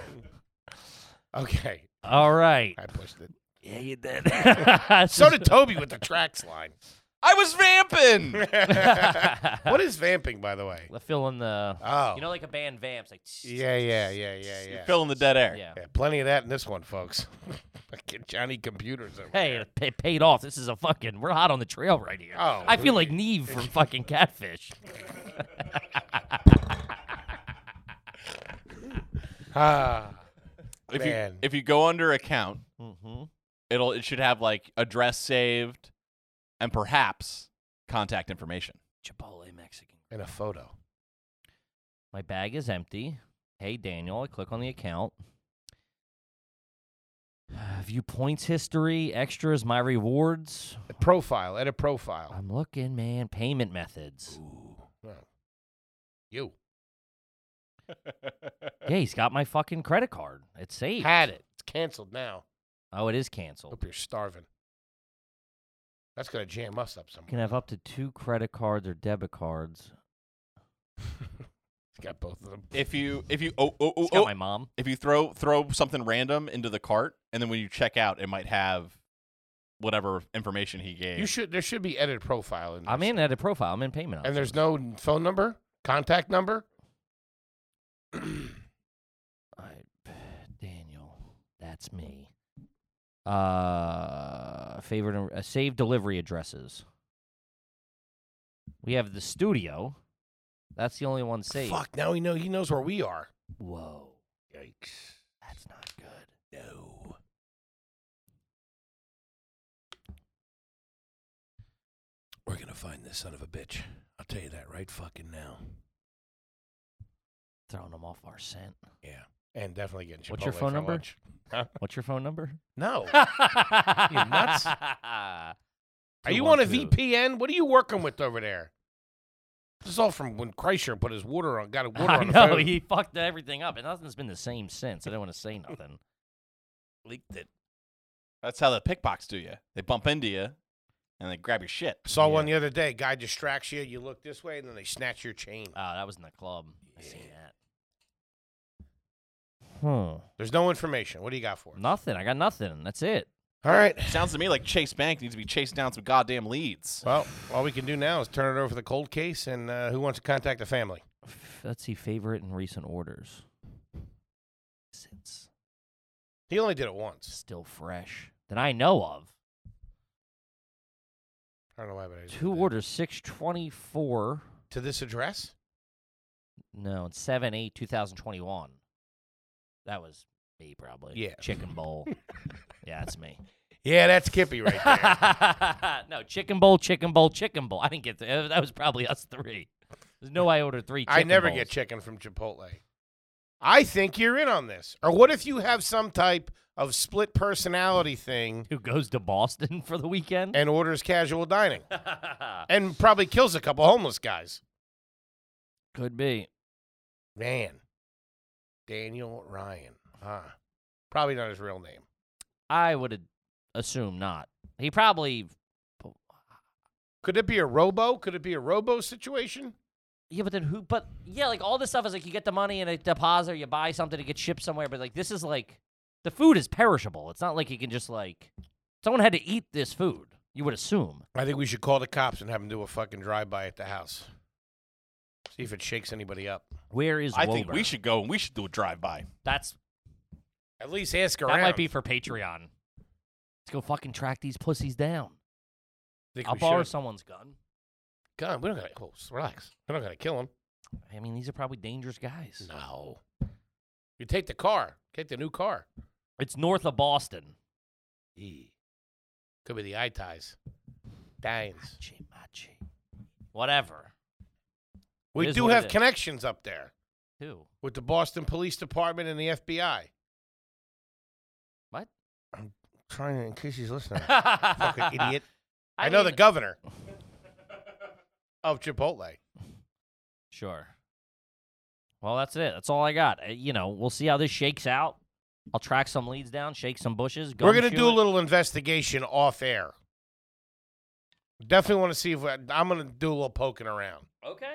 [laughs] okay. All right. I pushed it. Yeah, you [laughs] did. So [laughs] did [laughs] Toby with the tracks [laughs] line. [laughs] I was vamping. what is vamping, by the way? Let's fill in the. Oh. You know, like a band vamps. Like, yeah, yeah, yeah, yeah, yeah. Fill in the dead air. Yeah. Yeah, plenty of that in this one, folks. [laughs] Fucking Johnny Computers over Hey, there. it pa- paid off. This is a fucking. We're hot on the trail right here. Oh, I feel like Neve from fucking Catfish. Ah, If Man. you if you go under account, Mm-hmm. it'll it should have like address saved, and perhaps contact information. Chipotle Mexican. and a photo. My bag is empty. Hey, Daniel, I click on the account. [sighs] View points history, extras, my rewards. A profile. Edit profile. I'm looking, man. Payment methods. Oh. You. Yeah, he's got my fucking credit card. It's saved. Had it. It's canceled now. Oh, it is canceled. Hope you're starving. That's gonna jam us up You somewhere. can have up to two credit cards or debit cards. [laughs] It's got both of them. If you if you oh oh oh, It's got oh, my mom. if you throw throw something random into the cart, and then when you check out, it might have whatever information he gave. You should. There should be edit profile in. This. I'm in edit profile. I'm in payment. And there's options. no phone number, contact number. I, [sighs] Daniel, that's me. Uh, favorite and- uh, save delivery addresses. We have the studio. That's the only one saved. Fuck. Now he know. He knows where we are. Whoa, Yikes. that's not good. No. We're gonna find this son of a bitch. I'll tell you that right fucking now. Throwing them off our scent. Yeah. And definitely getting Chipotle What's your phone for number? lunch. What's your phone [laughs] number? No. you [laughs] nuts? Are you on a VPN? What are you working with over there? This is all from when Kreischer put his water on, [laughs] got a water I on the know phone. he fucked everything up, and nothing's been the same since. I don't want to say nothing. Leaked it. That's how the pickpockets do you. They bump into you, and they grab your shit. Saw one the other day. Guy distracts you. You look this way, and then they snatch your chain. Oh, that was in the club. I seen that. Hmm. There's no information. What do you got for us? Nothing. I got nothing. That's it. All right. Sounds to me like Chase Bank needs to be chasing down some goddamn leads. Well, all we can do now is turn it over to the cold case, and uh, who wants to contact the family? Let's see. Favorite in recent orders. Since He only did it once. still fresh that I know of. I don't know why, but I just Two did. orders, six twenty four. to this address. No, and seven eight two thousand twenty one. That was me probably. Yeah. chicken [laughs] bowl. yeah, that's me. Yeah, that's Kippy right [laughs] there. [laughs] no, chicken bowl, chicken bowl, chicken bowl. I didn't get the, that. Was probably us three. There's no way I ordered three. I chicken never bowls. [laughs] get chicken from Chipotle. I think you're in on this. Or what if you have some type of split personality thing who goes to Boston [laughs] for the weekend. and orders casual dining and probably kills a couple homeless guys? [laughs] Could be. Man, Daniel Ryan. Huh. Probably not his real name. I would assume not. He probably. Could it be a robo? Could it be a robo situation? Yeah, but then who? But yeah, like all this stuff is like you get the money in a deposit, or you buy something, it gets shipped somewhere. But like this is like the food is perishable. It's not like you can just like someone had to eat this food. You would assume. I think we should call the cops and have them do a fucking drive-by at the house. See if it shakes anybody up. Where is I think Woburn? we should go and we should do a drive by. That's At least ask around. that might be for Patreon. Let's go fucking track these pussies down. Think I'll we borrow should. someone's gun. gun. We're not gonna oh, s- relax. We're not gonna kill him. I mean, these are probably dangerous guys. No. You take the car. Take the new car. It's north of Boston. E. Eee. Could be the eye ties. Dines. Machi, machi. Whatever. We is do what it have is. connections up there Who? with the Boston Police Department and the FBI. What? I'm trying to in case [laughs] he's listening. Fucking Fucking idiot. I, know the mean- governor of Chipotle. Sure. Well, that's it. That's all I got. Uh, you know, we'll see how this shakes out. I'll track some leads down, shake some bushes. We're gum gonna chew do a it. little investigation off air. Definitely want to see if I'm gonna do a little poking around. Okay.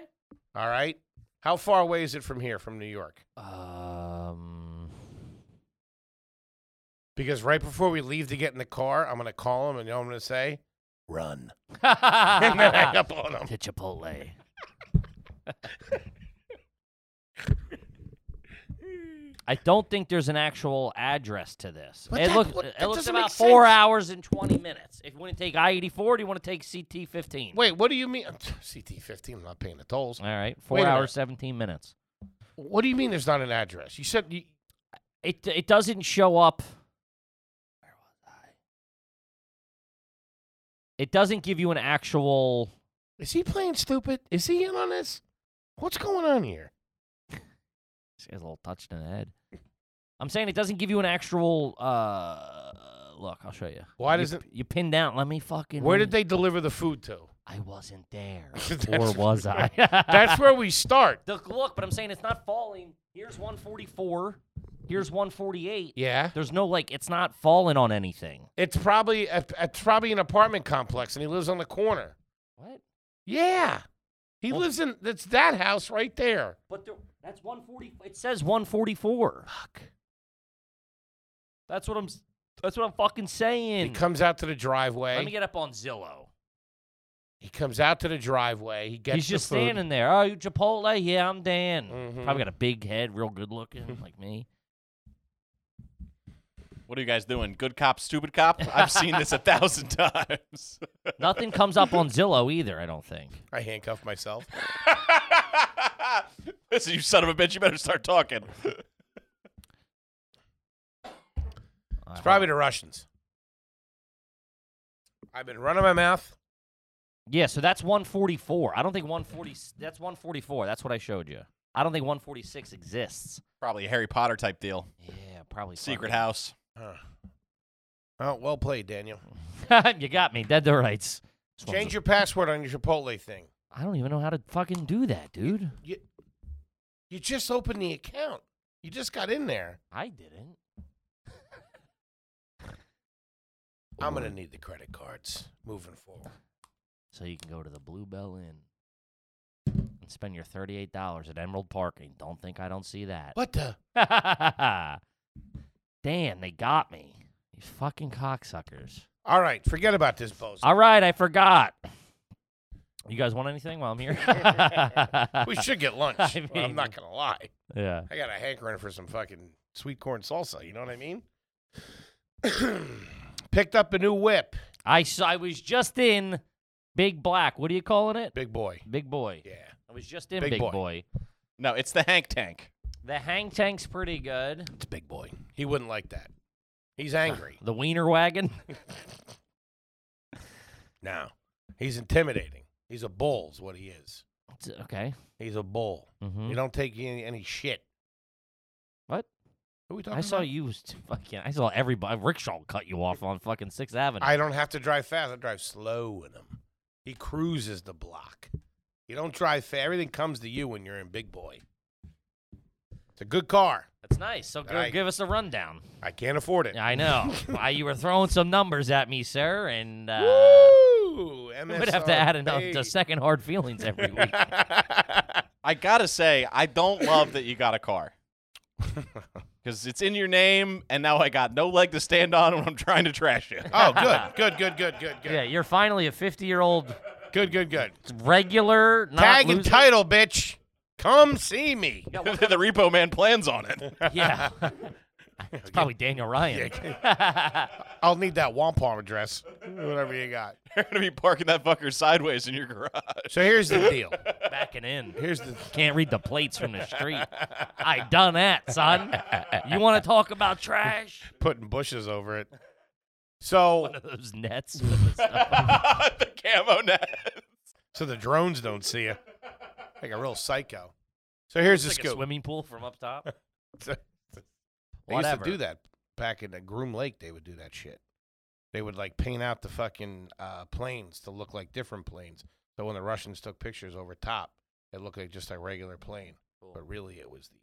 All right. How far away is it from here, from New York? [laughs] Um. [laughs] Because right before we leave to get in the car, I'm gonna call him and you know what I'm gonna say, [laughs] Run. and then hang up on him. to Chipotle. I don't think there's an actual address to this. But it that- looks what- it that looks doesn't make about four sense. hours and twenty minutes. If you want to take I eighty four, do you want to take CT fifteen? Wait, what do you mean? [laughs] CT 15. I'm not paying the tolls. All right, Wait a four minute. hours seventeen minutes. What do you mean? There's not an address? You said you, It it doesn't show up. Where was I? It doesn't give you an actual. is he playing stupid? Is he in on this? What's going on here? This guy's a little touched in the head. I'm saying it doesn't give you an actual. uh Look, I'll show you. Why You- doesn't? you pin down? Let me fucking. Where did read. they deliver the food to? I wasn't there, [laughs] That's or where- was I? [laughs] That's where we start. [laughs] the look. But I'm saying it's not falling. Here's 144. Here's 148. Yeah. There's no like. It's not falling on anything. It's probably a, it's probably an apartment complex, and he lives on the corner. What? Yeah, he lives in that's that house right there. But there, that's 140. It says 144. Fuck. That's what I'm. s- That's what I'm fucking He saying. comes out to the driveway. Let me get up on Zillow. he comes out to the driveway. He gets He's just the food. standing there. Oh, you Chipotle? Yeah, I'm Dan. Mhm. Probably got a big head, real good [laughs] looking, like me. What are you guys doing? Good cop, stupid cop? I've seen this a thousand [laughs] times. Nothing comes up on Zillow either. I don't think. I handcuff myself. Listen, you son of a bitch, you better start talking. [laughs] It's probably the Russians. I've been running my mouth. Yeah, so that's 144. I don't think 140. That's 144. That's what I showed you. I don't think 146 exists. Probably a Harry Potter type deal. Yeah, probably Secret fucking- house. Huh. Oh, well played, Daniel. [laughs] you got me dead to rights. This one's Change your password on your Chipotle thing. a- I don't even know how to fucking do that, dude. You, you just opened the account. You just got in there. I didn't. I'm gonna need the credit cards moving forward. So you can go to the Bluebell Inn and spend your thirty-eight dollars at Emerald Parking. Don't think I don't see that. What the? [laughs] Damn, they got me. These fucking cocksuckers. [laughs] All right, forget about this bozo. All right, I forgot. You guys want anything while I'm [laughs] here? we should get lunch. I Well, I'm not mean- gonna lie. [laughs] yeah. I got a hankering for some fucking sweet corn salsa. You know what I mean? [clears throat] Picked up a new whip, I saw, I was just in Big Black. What are you calling it? big boy. Big Boy. Yeah. I was just in Big Big, Boy. boy. No, it's the Hank Tank. The hang tank's pretty good. It's big boy. He wouldn't like that. [sighs] He's angry. The wiener wagon. [laughs] now, he's intimidating. He's a bull, is what he is. It's- okay. He's a bull. hmm You don't take any, any shit. What? Who are we talking I saw about? you was t- fucking. I saw everybody. Rickshaw cut you off on fucking Sixth Avenue. I don't have to drive fast. I drive slow in him. He cruises the block. You don't drive fast. Everything comes to you when you're in big boy. It's a good car. That's nice. So go, I- give us a [laughs] rundown. I can't afford it. I know. Why you were throwing some numbers at me, sir, and uh, [laughs] Woo! we would have to add another a second hard feelings every [laughs] week. I gotta say, I don't love that you got [laughs] a car. Because it's in your name, and now I got no leg to stand on when I'm trying to [laughs] trash you. [laughs] oh, good, good, good, good, good, good, yeah, you're finally a 50 year old good, good, good. regular. Not Tag and loser. title, bitch. Come see me. the repo man plans on it. [laughs] [laughs] Yeah. [laughs] it's probably Daniel Ryan. I'll need that wampum address, whatever you got. You're gonna be parking that fucker sideways in [laughs] your garage. [laughs] So here's the deal. [laughs] Backing in. Here's the Can't read the plates from the street. I done that, son. You want to talk about trash? [laughs] [laughs] putting bushes over it. So, One of those nets. with the stuff. the camo net. so the drones don't see you. Like a real psycho. So here's the It's like a scoop. swimming pool from up [laughs] top. They used Whatever. to do that back in the Groom Lake. They would do that shit. They would like paint out the fucking uh, planes to look like different planes. So when the Russians took pictures over top, it looked like just a regular plane, but really it was the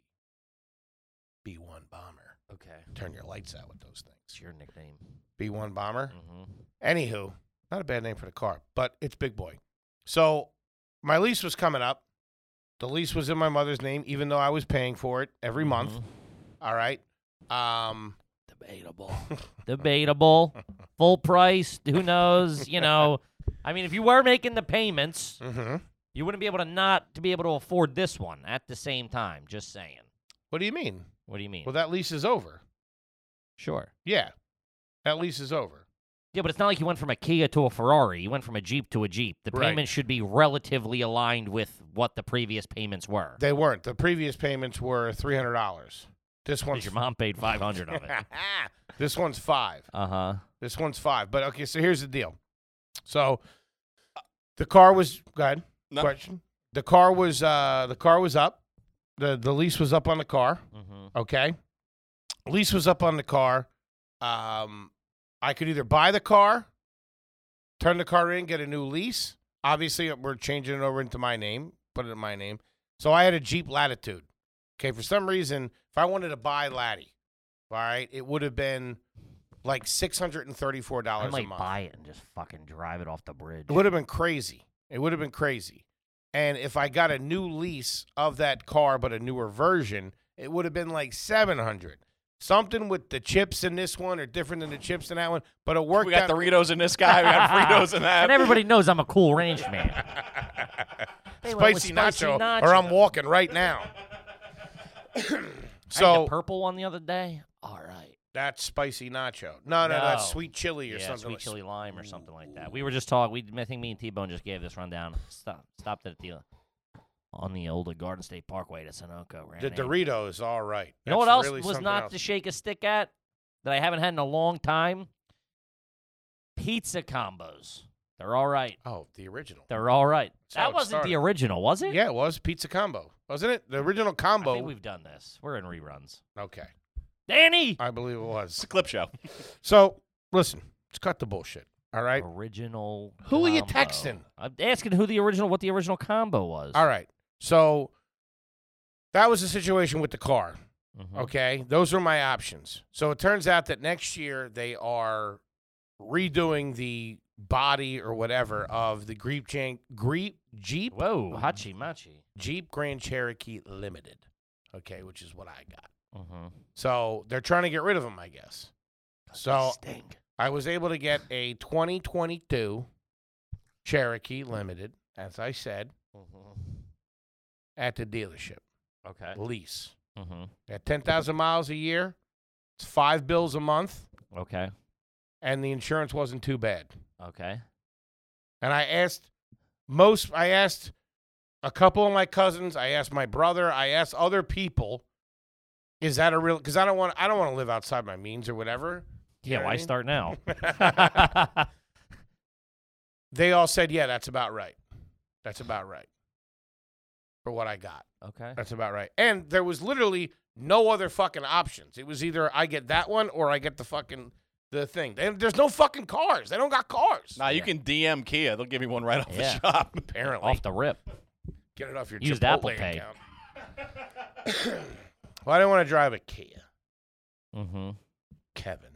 B one bomber. Okay. Turn your lights out with those things. It's your nickname. B one bomber. hmm Anywho, not a bad name for the car, but it's Big Boy. So my lease was coming up. The lease was in my mother's name, even though I was paying for it every month. Mm-hmm. All right. Um, [laughs] Debatable. Debatable. Full price. Who knows? You know. I mean, if you were making the payments, mhm. you wouldn't be able to not to be able to afford this one at the same time. Just saying. What do you mean? What do you mean? Well, that lease is over. sure. Yeah, that lease is over. Yeah, but it's not like you went from a Kia to a Ferrari. You went from a Jeep to a Jeep. The Right. payments should be relatively aligned with what the previous payments were. They weren't. The previous payments were three hundred dollars. This 'Cause one's your mom paid 500 [laughs] of it. this one's five. Uh huh. This one's five. But okay, so here's the deal. So uh, the car was go ahead. No. Question. The car was uh the car was up. The the lease was up on the car. Mm-hmm. Okay. Lease was up on the car. Um I could either buy the car, turn the car in, get a new lease. Obviously, we're changing it over into my name, put it in my name. So I had a Jeep Latitude. Okay, for some reason, if I wanted to buy Laddie, all right, it would have been like six hundred and thirty-four I dollars a might month. buy it and just fucking drive it off the bridge. It would have been crazy. It would have been crazy. And if I got a new lease of that car, but a newer version, it would have been like seven hundred. Something with the chips in this one are different than the chips in that one, but it worked We got out. Doritos in this guy. We [laughs] got Fritos in that. And everybody knows I'm a cool ranch [laughs] man. They went with spicy, spicy nacho, nacho. or I'm walking [laughs] right now. I had so the purple one the other day. All right. that's spicy nacho. No, no, that's No. sweet chili or yeah, something. sweet like- Mm. chili lime or something like that. We were just talking. We, I think me and T Bone just gave this rundown. Stop, stopped at the on the old Garden State Parkway to Sunoco. Ran The in. Doritos, all right. You know That's what else really was something not else. to shake a stick at that I haven't had in a long time? Pizza combos. They're all right. oh, the original. They're all right. That's how That it wasn't started. the original, was it? Yeah, it was pizza combo, wasn't it? The original I combo. think we've done this. We're in reruns. okay, Danny. I believe it It's was. a clip show. So listen, let's cut the bullshit. All right. Original. Who are you combo. texting? I'm asking who the original, what the original combo was. All right. So that was the situation with the car. Mhm. Okay. Those were my options. So it turns out that next year they are redoing the body or whatever of the Jeep Jeep Jeep Whoa, hachi machi. Jeep Grand Cherokee Limited. Okay, which is what I got. Mm-hmm. So they're trying to get rid of them, I guess. So Stink. I was able to get a 2022 Cherokee Limited, as I said, Mm-hmm. at the dealership Okay. lease. Mm-hmm. At 10,000 miles a year, it's five bills a month, Okay. and the insurance wasn't too bad. Okay. And I asked most, I asked a couple of my cousins, I asked my brother, I asked other people, is that a real, because I don't want, I don't want to live outside my means or whatever. You Yeah, know why what I mean? start [laughs] now? They all said, yeah, that's about right. That's about right for what I got. okay. That's about right. And there was literally no other fucking options. It was either I get that one or I get the fucking the thing. They, there's no fucking cars. They don't got cars. Nah, you Yeah. can DM Kia. They'll give me one right off Yeah. the shop. apparently. Off the rip. get it off your Used Chipotle Apple Pay. account. [coughs] well, I don't want to drive a Kia, Mm-hmm. Kevin.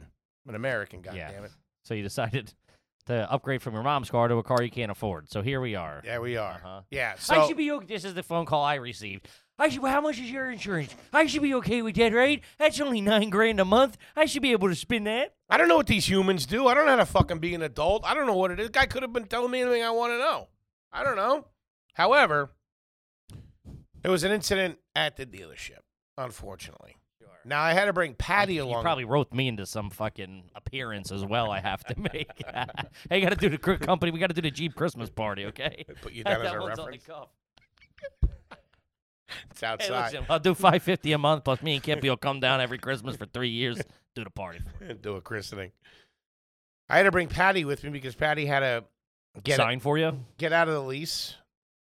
I'm an American, God Yeah. damn it. So you decided to upgrade from your mom's car to a car you can't afford. So here we are. There we are. Uh-huh. Yeah. I So should be okay. This is the phone call I received. I should. How much is your insurance? I should be okay with that, right? That's only nine grand a month. I should be able to spend that. I don't know what these humans do. I don't know how to fucking be an adult. I don't know what it is. Guy could have been telling me anything I want to know. I don't know. However, there was an incident at the dealership, unfortunately. Now I had to bring Patty You along. probably roped me into some fucking appearance as well. I have to [laughs] make. hey, got to do the cr- company. We got to do the Jeep Christmas party, [laughs] okay? put [laughs] you down as that a one's on the reference. cuff. [laughs] It's Hey, outside. listen, I'll do five fifty a month plus me and Kippy will come down every Christmas for three years. Do the party. for you. [laughs] do a christening. I had to bring Patty with me because Patty had to get Sign for you. get out of the lease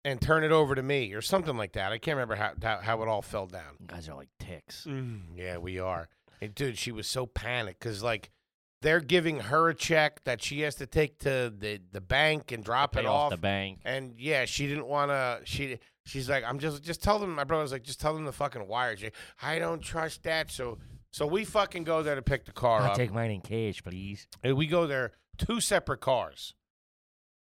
and turn it over to me or something like that. I can't remember how how, how it all fell down. You guys are like ticks. Mm, Yeah, we are. And dude, she was so panicked because like they're giving her a check that she has to take to the, the bank and drop Pay it off off. the bank. and yeah, she didn't want to. She she's like, I'm just just tell them. My brother's like, just tell them the fucking wire. She, I don't trust that. So so we fucking go there to pick the car I'll up. take mine in cash, please. and we go there two separate cars.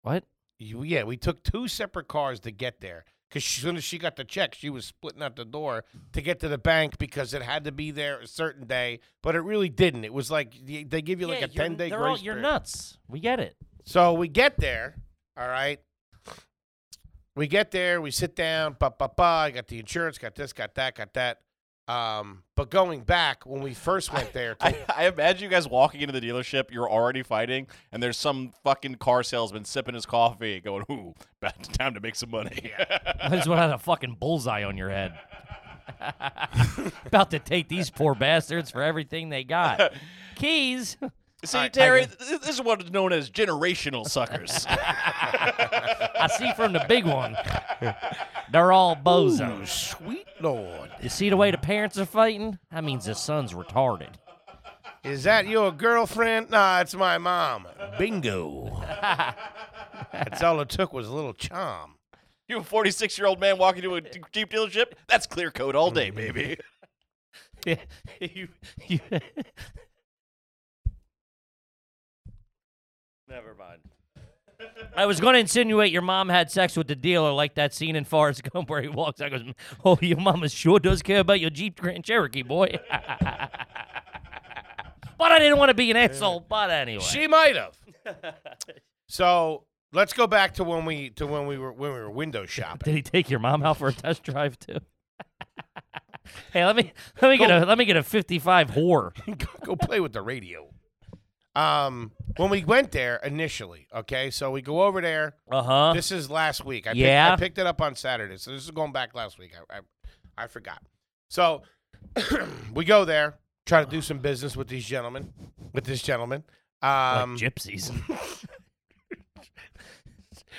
What? You, yeah, we took two separate cars to get there. Because as soon as she got the check, she was splitting out the door to get to the bank because it had to be there a certain day, but it really didn't. It was like y- they give you like a Yeah, you're- ten day they're grace. all- You're period. nuts. We get it. So we get there, all right. We get there, we sit down, ba ba ba. I got the insurance, got this, got that, got that. Um, but going back when we first went there, to- I, I imagine you guys walking into the dealership, you're already fighting, and there's some fucking car salesman sipping his coffee, going, "Ooh, about [laughs] time to make some money." I just want to have a fucking bullseye on your head. [laughs] About to take these poor bastards for everything they got. Keys. [laughs] See, Terry, th- this is what's known as generational [laughs] suckers. [laughs] I see from the big one. They're all bozos. sweet lord, You see the way the parents are fighting? That means the son's [laughs] retarded. is that your girlfriend? Nah, it's my mom. Bingo. That's all it took was a little charm. you a 46 year old man walking to a d- Jeep dealership? That's clear coat all day, baby. [laughs] you, you [laughs] Never mind. I was going to insinuate your mom had sex with the dealer, like that scene in Forrest [laughs] Gump where he walks out and goes, Oh, your mama sure does care about your Jeep Grand Cherokee, boy. [laughs] but I didn't want to be an asshole, but anyway. She might have. [laughs] So let's go back to when we to when we were when we were window shopping. Did he take your mom out for a test drive too? [laughs] hey, let me let me get a let me get a fifty-five whore. [laughs] go, go play with the radio. Um, when we went there initially, okay, so we go over there. Uh [laughs] huh. This is last week. I picked, Yeah. I picked it up on Saturday, so this is going back last week. I I, I forgot. So [clears throat] we go there, try to do some business with these gentlemen, with this gentleman. Like Um, gypsies.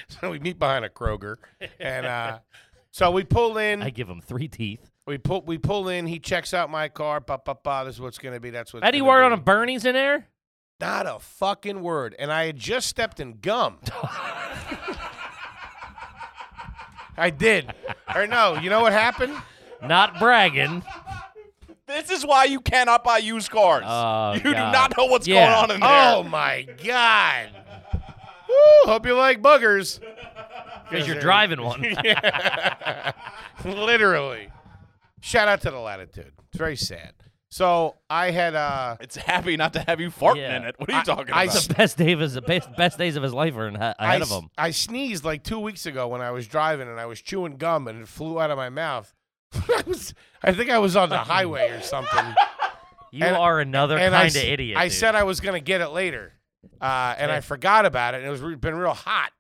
so [laughs] we meet behind a Kroger, and [laughs] uh, so we pull in. I give him three teeth. we pull we pull in. He checks out my car. Ba ba ba. This is what's gonna be. That's what. Eddie word on a Bernie's in there. Not a fucking word. And I had just stepped in [laughs] gum. I did. Or no, you know what happened? Not bragging. This is why you cannot buy used cars. Oh, you do God. not know what's Yeah. going on in there. Oh my god. Woo, hope you like boogers. [laughs] Because you're driving one. Literally. Shout out to the latitude. It's very sad. So I had uh It's happy not to have you farting Yeah. in it. What are you talking I about? s- the best day of his the best, best days of his life are in, ahead I of s- him. I sneezed like two weeks ago when I was driving and I was chewing gum and it flew out of my mouth. [laughs] I, was, I think I was on the highway or something. You and- are another and kind I of s- idiot. I dude. said I was gonna get it later, uh, and Yeah. I forgot about it. And it was re- been real hot,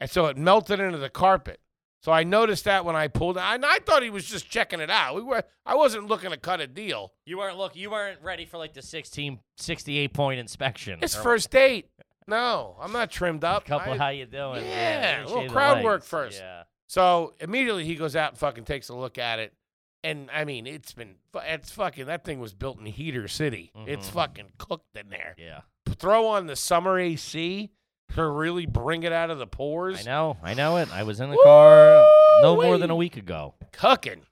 and so it melted into the carpet. So I noticed that when I pulled, I, and I thought he was just checking it out. We were, I wasn't looking to cut [laughs] a deal. you weren't look. You weren't ready for like the 16, 68 point inspection. It's or first date. No, I'm not trimmed up. couple. I- how you doing? Yeah, you a little shave the crowd work legs. first. Yeah. so immediately he goes out and fucking takes a look at it, and I mean it's been, fu- it's fucking that thing was built in Heater City. It's Mhm. fucking cooked in there. Yeah. Throw on the summer AC to really bring it out of the pores. I know. I know it. I was in the car no more than a week ago. cooking.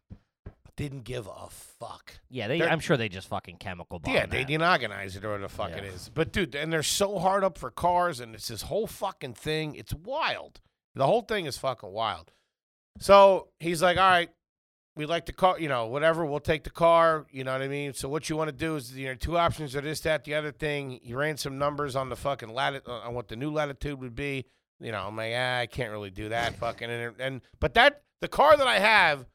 Didn't give a fuck. Yeah, they. They're- I'm sure they just fucking chemical bomb. yeah, they that. denogonize it or whatever the fuck it Yeah. is. But dude, and they're so hard up for cars, and it's this whole fucking thing. It's wild. The whole thing is fucking wild. So he's like, "All right, we like the car, you know, whatever. We'll take the car. You know what I mean? So what you want to do is, you know, two options are this, that, the other thing. He ran some numbers on the fucking latitude, on what the new latitude would be. You know, I'm like, ah, I can't really do that, fucking. And, and but that the car that I have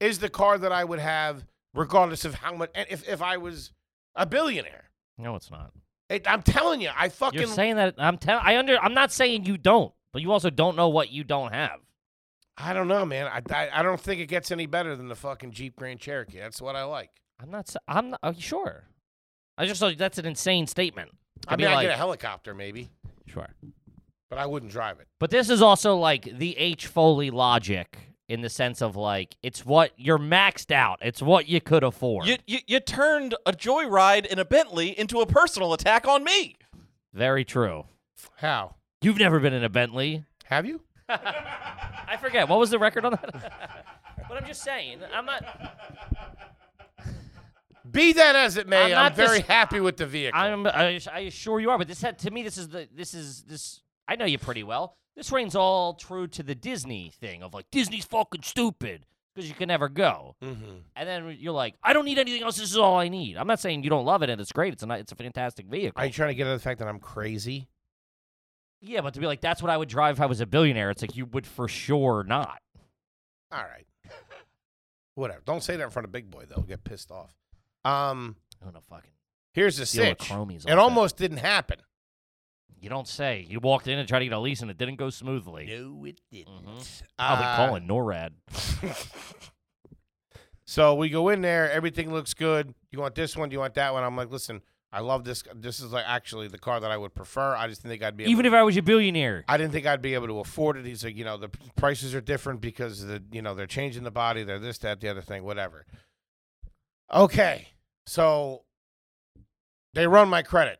is the car that I would have regardless of how much. And if if I was a billionaire, No, it's not. it, I'm telling you, I fucking You're saying that. I'm telling. I under. I'm not saying you don't, but you also don't know what you don't have. I don't know, man. I, I I don't think it gets any better than the fucking Jeep Grand Cherokee. That's what I like. I'm not. s- I'm not. Uh, sure. I just thought that's an insane statement. To I be mean, I like, get a helicopter maybe, sure. but I wouldn't drive it. But this is also like the H Foley logic in the sense of like it's what you're maxed out. It's what you could afford. you, you, you turned a joyride in a Bentley into a personal attack on me. Very true. How? You've never been in a Bentley. Have you? [laughs] I forget what was the record on that. [laughs] but I'm just saying. I'm not. Be that as it may, I'm I'm, not very dis- happy with the vehicle. I'm. I, I assure you are. But this had to me. This is the. This is this. I know you pretty well. This rings all true to the Disney thing of like Disney's fucking stupid because you can never go. Mhm. And then you're like, I don't need anything else. This is all I need. I'm not saying you don't love it and it's great. It's a ni- it's a fantastic vehicle. Are you trying to get at the fact that I'm crazy? yeah, but to be like, that's what I would drive if I was a billionaire. It's like you would for sure not. All right. [laughs] Whatever. Don't say that in front of Big Boy though. He'll Get pissed off. Um, I don't know, fucking here's the deal with sitch. chromies. all It day. almost didn't happen. You don't say. You walked in and tried to get a lease and it didn't go smoothly. No, it didn't. Mhm. I'll be Uh, calling NORAD. So we go in there, everything looks good. You want this one? Do you want that one? I'm like, listen, I love this. This is like actually the car that I would prefer. I just didn't think I'd be able Even if I was a billionaire. I didn't think I'd be able to afford it. He's like, you know, the p- prices are different because the you know they're changing the body, they're this, that, the other thing, whatever. Okay, so they run my credit.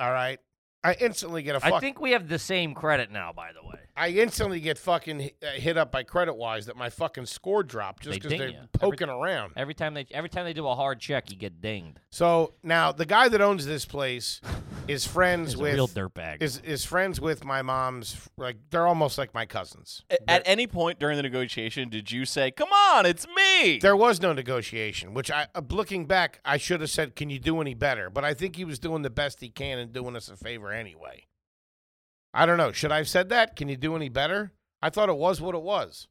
All right, I instantly get a [laughs] fuck. I think we have the same credit now, by the way. I instantly get fucking hi- uh, hit up by credit wise that my fucking score dropped just They because ding they ya. are Every- poking around. Every time they every time they do a hard check, you get dinged. So now the guy that owns this place [laughs] is friends It's a with real dirtbag. is is friends with my mom's like they're almost like my cousins. A- At any point during the negotiation, did you say, "Come on, it's me"? There was no negotiation, which I uh, looking back, I should have said, "Can you do any better?" But I think he was doing the best he can and doing us a favor anyway. I don't know. Should I have said that? Can you do any better? I thought it was what it was.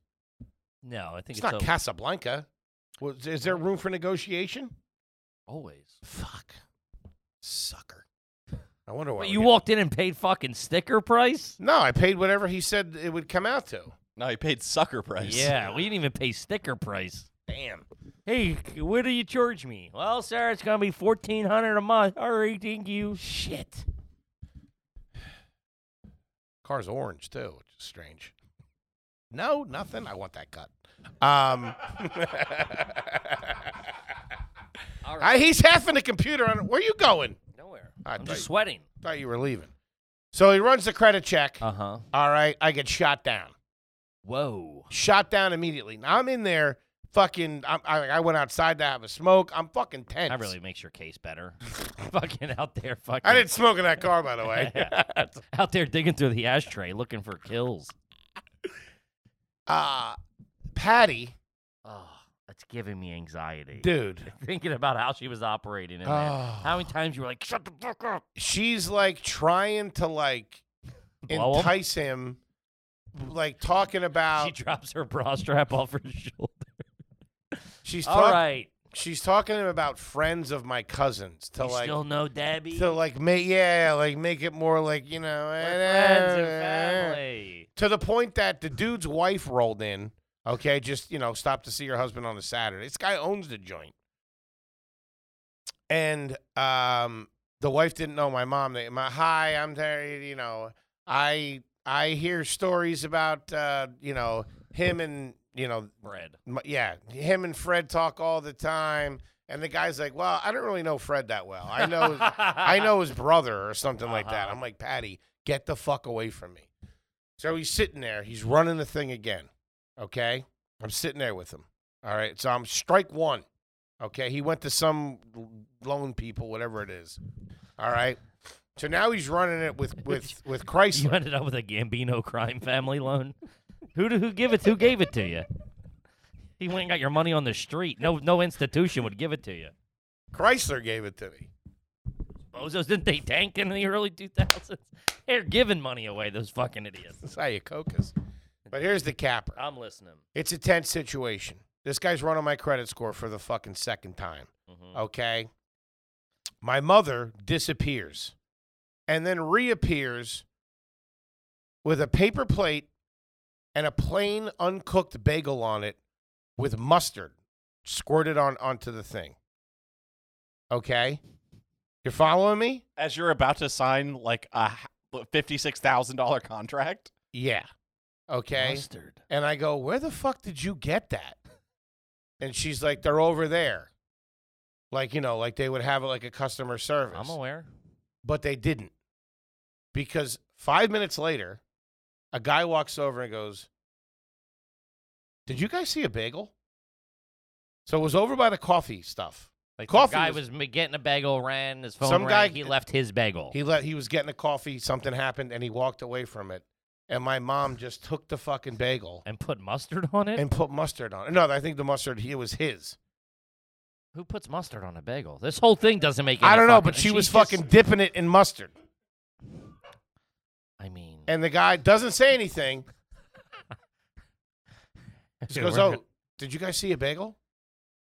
no, I think It's it's, not a- Casablanca. Was, is there room for negotiation? always. Fuck, sucker. I wonder why. Wait, we you get- walked in and paid fucking sticker price? No, I paid whatever he said it would come out to. no, he paid sucker price. Yeah, we didn't even pay sticker price. Damn. Hey, c- what do you charge me? Well, sir, it's gonna be fourteen hundred a month. All right, thank you. Shit. Car's orange too, which is strange. No, nothing. I want that cut. Um, [laughs] All right, I, he's half in the computer. On, where you going? nowhere. I I'm thought, just sweating. thought you were leaving. So he runs the credit check. Uh huh. All right, I get shot down. Whoa. Shot down immediately. Now I'm in there, fucking. I'm, I, I went outside to have a smoke. I'm fucking tense. That really makes your case better. [laughs] fucking out there, fucking. I [laughs] didn't smoke in that car, by the way. out there digging through the ashtray looking for kills. uh, Patty, [sighs] Oh, that's giving me anxiety. dude. Thinking about how she was operating in [sighs] that. How Oh, many times you were like, shut the fuck up? she's like trying to like Blow 'em? entice him, like talking about. she drops her bra strap off her [laughs] shoulder. she's All talking. right. She's talking to him about friends of my cousins to you like still know Debbie? to like make yeah like make it more like you know We're eh, friends and eh, family. to the point that the dude's wife rolled in. Okay, just you know, stopped to see her husband on a Saturday. This guy owns the joint, and um, the wife didn't know my mom. They, my hi, I'm there. You know, I I hear stories about uh, you know him and you know Bread. m- yeah him and Fred talk all the time. And the guy's like, well, I don't really know Fred that well. I know [laughs] I know his brother or something like that. Uh-huh. I'm like, Patty, get the fuck away from me. So he's sitting there. He's running the thing again. Okay. I'm sitting there with him. All right. So I'm strike one. Okay. He went to some loan people, whatever it is. All right. So now he's running it with [laughs] with with You Chrysler. ended up with a Gambino crime family loan. Who did, who give it? Who gave it to you? You went and got your money on the street. No, no institution would give it to you. Chrysler gave it to me. Bozos didn't they tank in the early 2000s? They're giving money away. Those fucking idiots. That's how you cocus. But here's the capper. I'm listening. It's a tense situation. This guy's running my credit score for the fucking second time. Mhm. okay? My mother disappears and then reappears with a paper plate and a plain uncooked bagel on it with mustard squirted on onto the thing. Okay? You're following me? As you're about to sign like a h- $56,000 contract, Yeah. Okay. Mustard. And I go, Where the fuck did you get that? And she's like, They're over there. Like, you know, like they would have it like a customer service. I'm aware. but they didn't because five minutes later a guy walks over and goes did you guys see a bagel so it was over by the coffee stuff Like Coffee some guy was- was, m getting a bagel, ran his phone. Some rang, guy- he left his bagel. he let he was getting a coffee something happened and he walked away from it and my mom just took the fucking bagel and put mustard on it. and put mustard on it no i think the mustard he was his Who puts mustard on a bagel? This whole thing doesn't make. Any i don't know fucking- but she was just- fucking dipping it in mustard I [laughs] mean, and the guy doesn't say anything just goes we're- oh did you guys see a bagel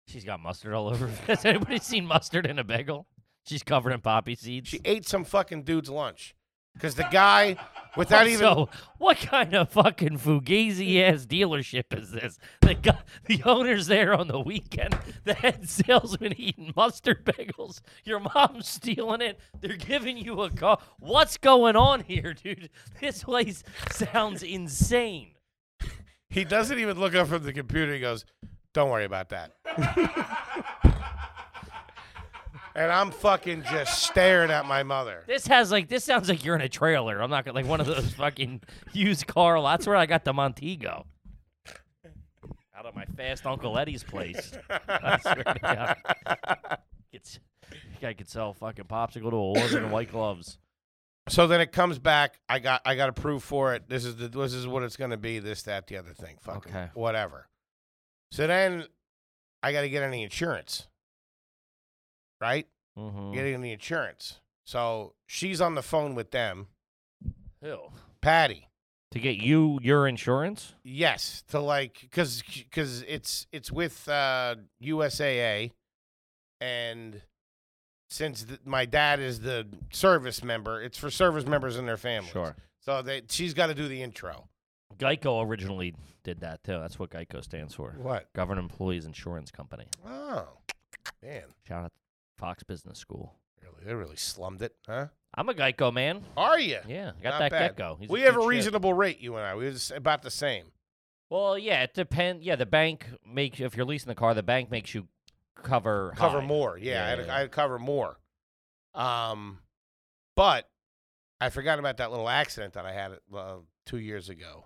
She's got mustard all over. her. Has [laughs] anybody seen mustard in a bagel? She's covered in poppy seeds. [laughs] She ate some fucking dude's lunch because the guy, without even So, what kind of fucking fugazi ass dealership is this? The guy, the owner's there on the weekend. [laughs] The head salesman eating mustard bagels. Your mom's stealing it. They're giving you a call. What's going on here, dude? This place sounds insane. he doesn't even look up from the computer. He goes, "Don't worry [laughs] about that." and I'm fucking just staring at my mother. This has like this sounds like you're in a trailer. I'm not gonna like one of those [laughs] fucking used car lots where I got the Montego. Out of my fast Uncle Eddie's place. [laughs] I swear [laughs] to God. It's, guy could sell fucking popsicle to a woman in white gloves. So then it comes back. I got I got approved for it. This is the, this is what it's going to be. This that the other thing. Fucking Okay. whatever. So then I got to get any insurance, right? Mm-hmm. Getting the insurance. So she's on the phone with them. Who? Patty. To get you your insurance? Yes, to like because because it's it's with uh, USAA, and since th- my dad is the service member, it's for service members and their families. So they she's got to do the intro. Geico originally did that too. That's what Geico stands for. What? Government Employees Insurance Company. Oh, man, Shout out Fox Business School. really, they really slummed it, huh? I'm a Geico man. Are you? Yeah, got Not that bad. Geico. He's we good have a shit. reasonable rate, you and I. We was about the same. Well, yeah, it depends. Yeah, the bank makes if you're leasing the car, the bank makes you cover cover high. more. Yeah, Yeah, I'd, yeah, yeah. I'd cover more. Um, But I forgot about that little accident that I had uh, two years ago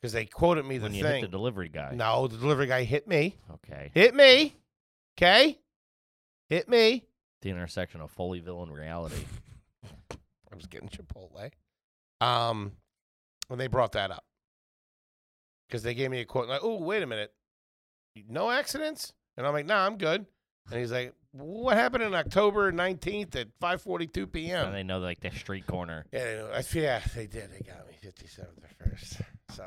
because they quoted me the when you thing. hit the delivery guy. no, the delivery guy hit me. Okay. Hit me. Okay. Hit me. The intersection of Foleyville and [laughs] reality. I was getting Chipotle. Um, when they brought that up, because they gave me a quote like, "Oh, wait a minute, no accidents," and I'm like, "Nah, I'm good." And he's like, "What happened on October 19th at 5:42 p.m.?" And they know like the street corner. Yeah, they know. I feel, yeah, they did. They got me 57th or first. So,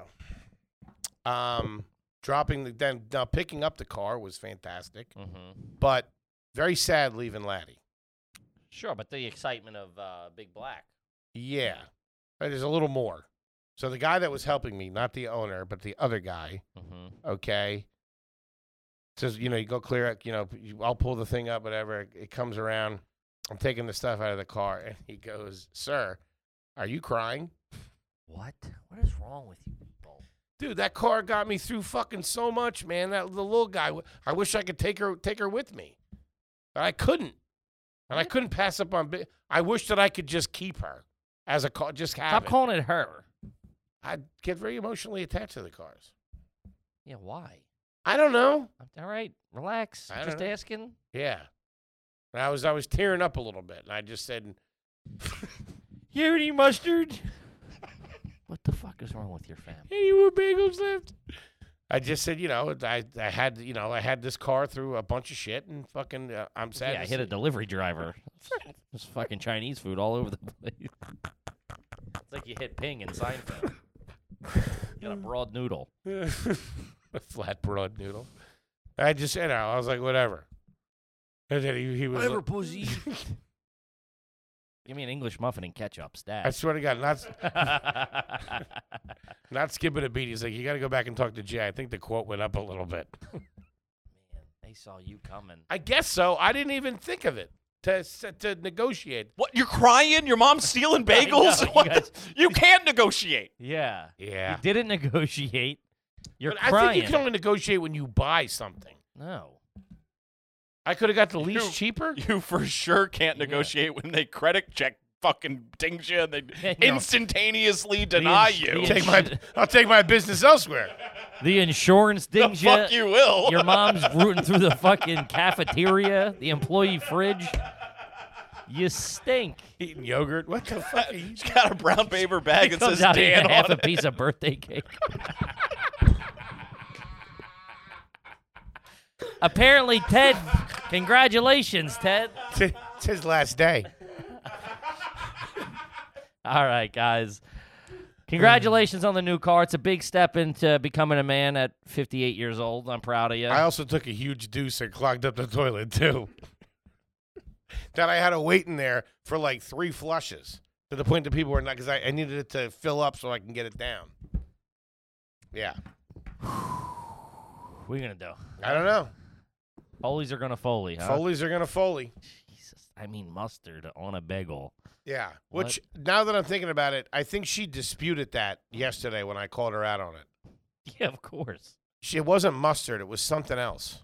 um, dropping the then now picking up the car was fantastic, Mm-hmm. but very sad leaving Laddie. Sure, but the excitement of uh, Big Black. Yeah, but there's a little more. So the guy that was helping me, not the owner, but the other guy, Mm-hmm. okay. Says you know you go clear it. You know you- I'll pull the thing up, whatever. It, it comes around. I'm taking the stuff out of the car, [laughs] and he goes, "Sir, are you crying?" What? What is wrong with you people? Dude, that car got me through fucking so much, man. That the little guy. w- I wish I could take her take her with me, but I couldn't, and I couldn't pass up on. bi- I wish that I could just keep her as a car. Just have Stop it. calling it her. I get very emotionally attached to the cars. Yeah, why? I don't know. I'm- All right, relax. I don't Just know. asking. Yeah, and I was I was tearing up a little bit, and I just said, You any mustard? [laughs] what the fuck is wrong with your family? "Any more bagels left?" I just said, you know, I I had you know I had this car through a bunch of shit, and fucking uh, I'm sad. yeah, I to hit a see- delivery [laughs] driver. There's fucking Chinese food all over the [laughs] place. it's like you hit Ping in Seinfeld. [laughs] Got a broad noodle. [laughs] a flat broad noodle. I just you know I was like whatever. And then he, he was. like- pussy. [laughs] Give me an English muffin and ketchup, I stat. swear to God, [laughs] not not skipping a beat. He's like, you got to go back and talk to Jay. I think the quote went up a little bit. Man, they saw you coming. I guess so. I didn't even think of it to s- to negotiate. What? You're crying? Your mom's [laughs] stealing bagels? know, you What the- you, guys- can't negotiate. Yeah. Yeah, You didn't negotiate. You're but I crying. think you can only negotiate when you buy something. no. I could have got the least [laughs] You- cheaper. [laughs] You for sure can't Yeah. negotiate when they credit check fucking dings you and they Yeah, no. instantaneously deny ins- the you. ins- Take my, I'll take my business elsewhere. The insurance [laughs] [laughs] The dings fuck you. you will. [laughs] Your mom's rooting through the fucking cafeteria, the employee fridge. You stink. Eating yogurt. What the fuck? Are [laughs] you She's got a brown paper bag that Comes says out eating Dan a half on a it. piece of birthday cake. Apparently, Ted. Congratulations, Ted. it's his last day. All right, guys. Congratulations on the new car. It's a big step into becoming a man at 58 years old. I'm proud of you. I also took a huge deuce and clogged up the toilet too. [laughs] that I had to wait in there for like three flushes to the point that people were not because I, I needed it to fill up so I can get it down. Yeah, What are you going to do? I don't know. Foley's are going to Foley, huh? Foley's are gonna foley. Jesus. I mean, mustard on a bagel. [laughs] Yeah. Which now that I'm thinking about it, I think she disputed that yesterday when I called her out on it. Yeah, of course. She, it wasn't mustard. It was something else.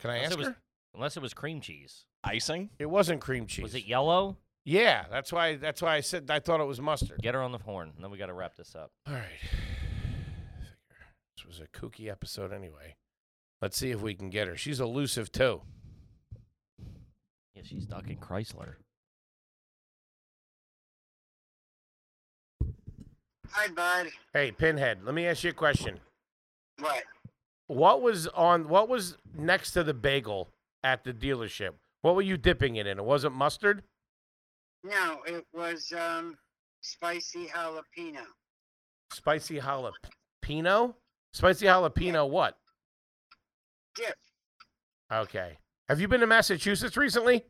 Can I Unless ask it was- her? Unless it was cream cheese. Icing? It wasn't cream cheese. Was it yellow? yeah, that's why. That's why I said I thought it was mustard. Get her on the horn. and Then we got to wrap this up. All right. Figure. This was a kooky episode anyway. Let's see if we can get her. She's elusive too. Yeah, she's ducking Chrysler. Hi, bud. Hey, Pinhead, let me ask you a question. What? What was on what was next to the bagel at the dealership? What were you dipping it in? It wasn't mustard? No, it was um spicy jalapeno. Spicy jalapeno? Spicy jalapeno what? Dip. Okay. Have you been to Massachusetts recently?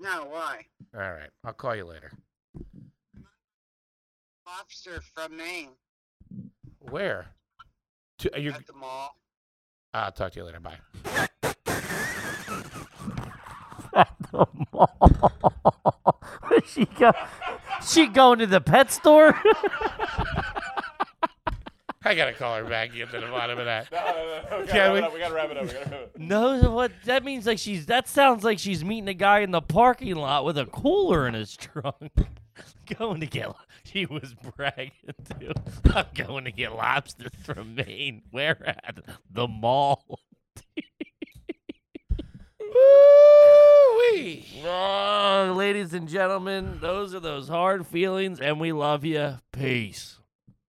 No, why? All right. I'll call you later. Lobster from Maine Where? To, are you, at the mall. I'll talk to you later. Bye. she go, she going to the pet store? I gotta call her back. Get to the bottom of that. No, no, no, no. We gotta Can Uh, wrap we- it up. We gotta wrap it up. We gotta wrap it up. No, so what that means like she's that sounds like she's meeting a guy in the parking lot with a cooler in his trunk. [laughs] going to get she was bragging too. I'm going to get lobsters from Maine. Where at the mall? Woo-wee. Oh, ladies and gentlemen, those are those hard feelings, and we love you. Peace.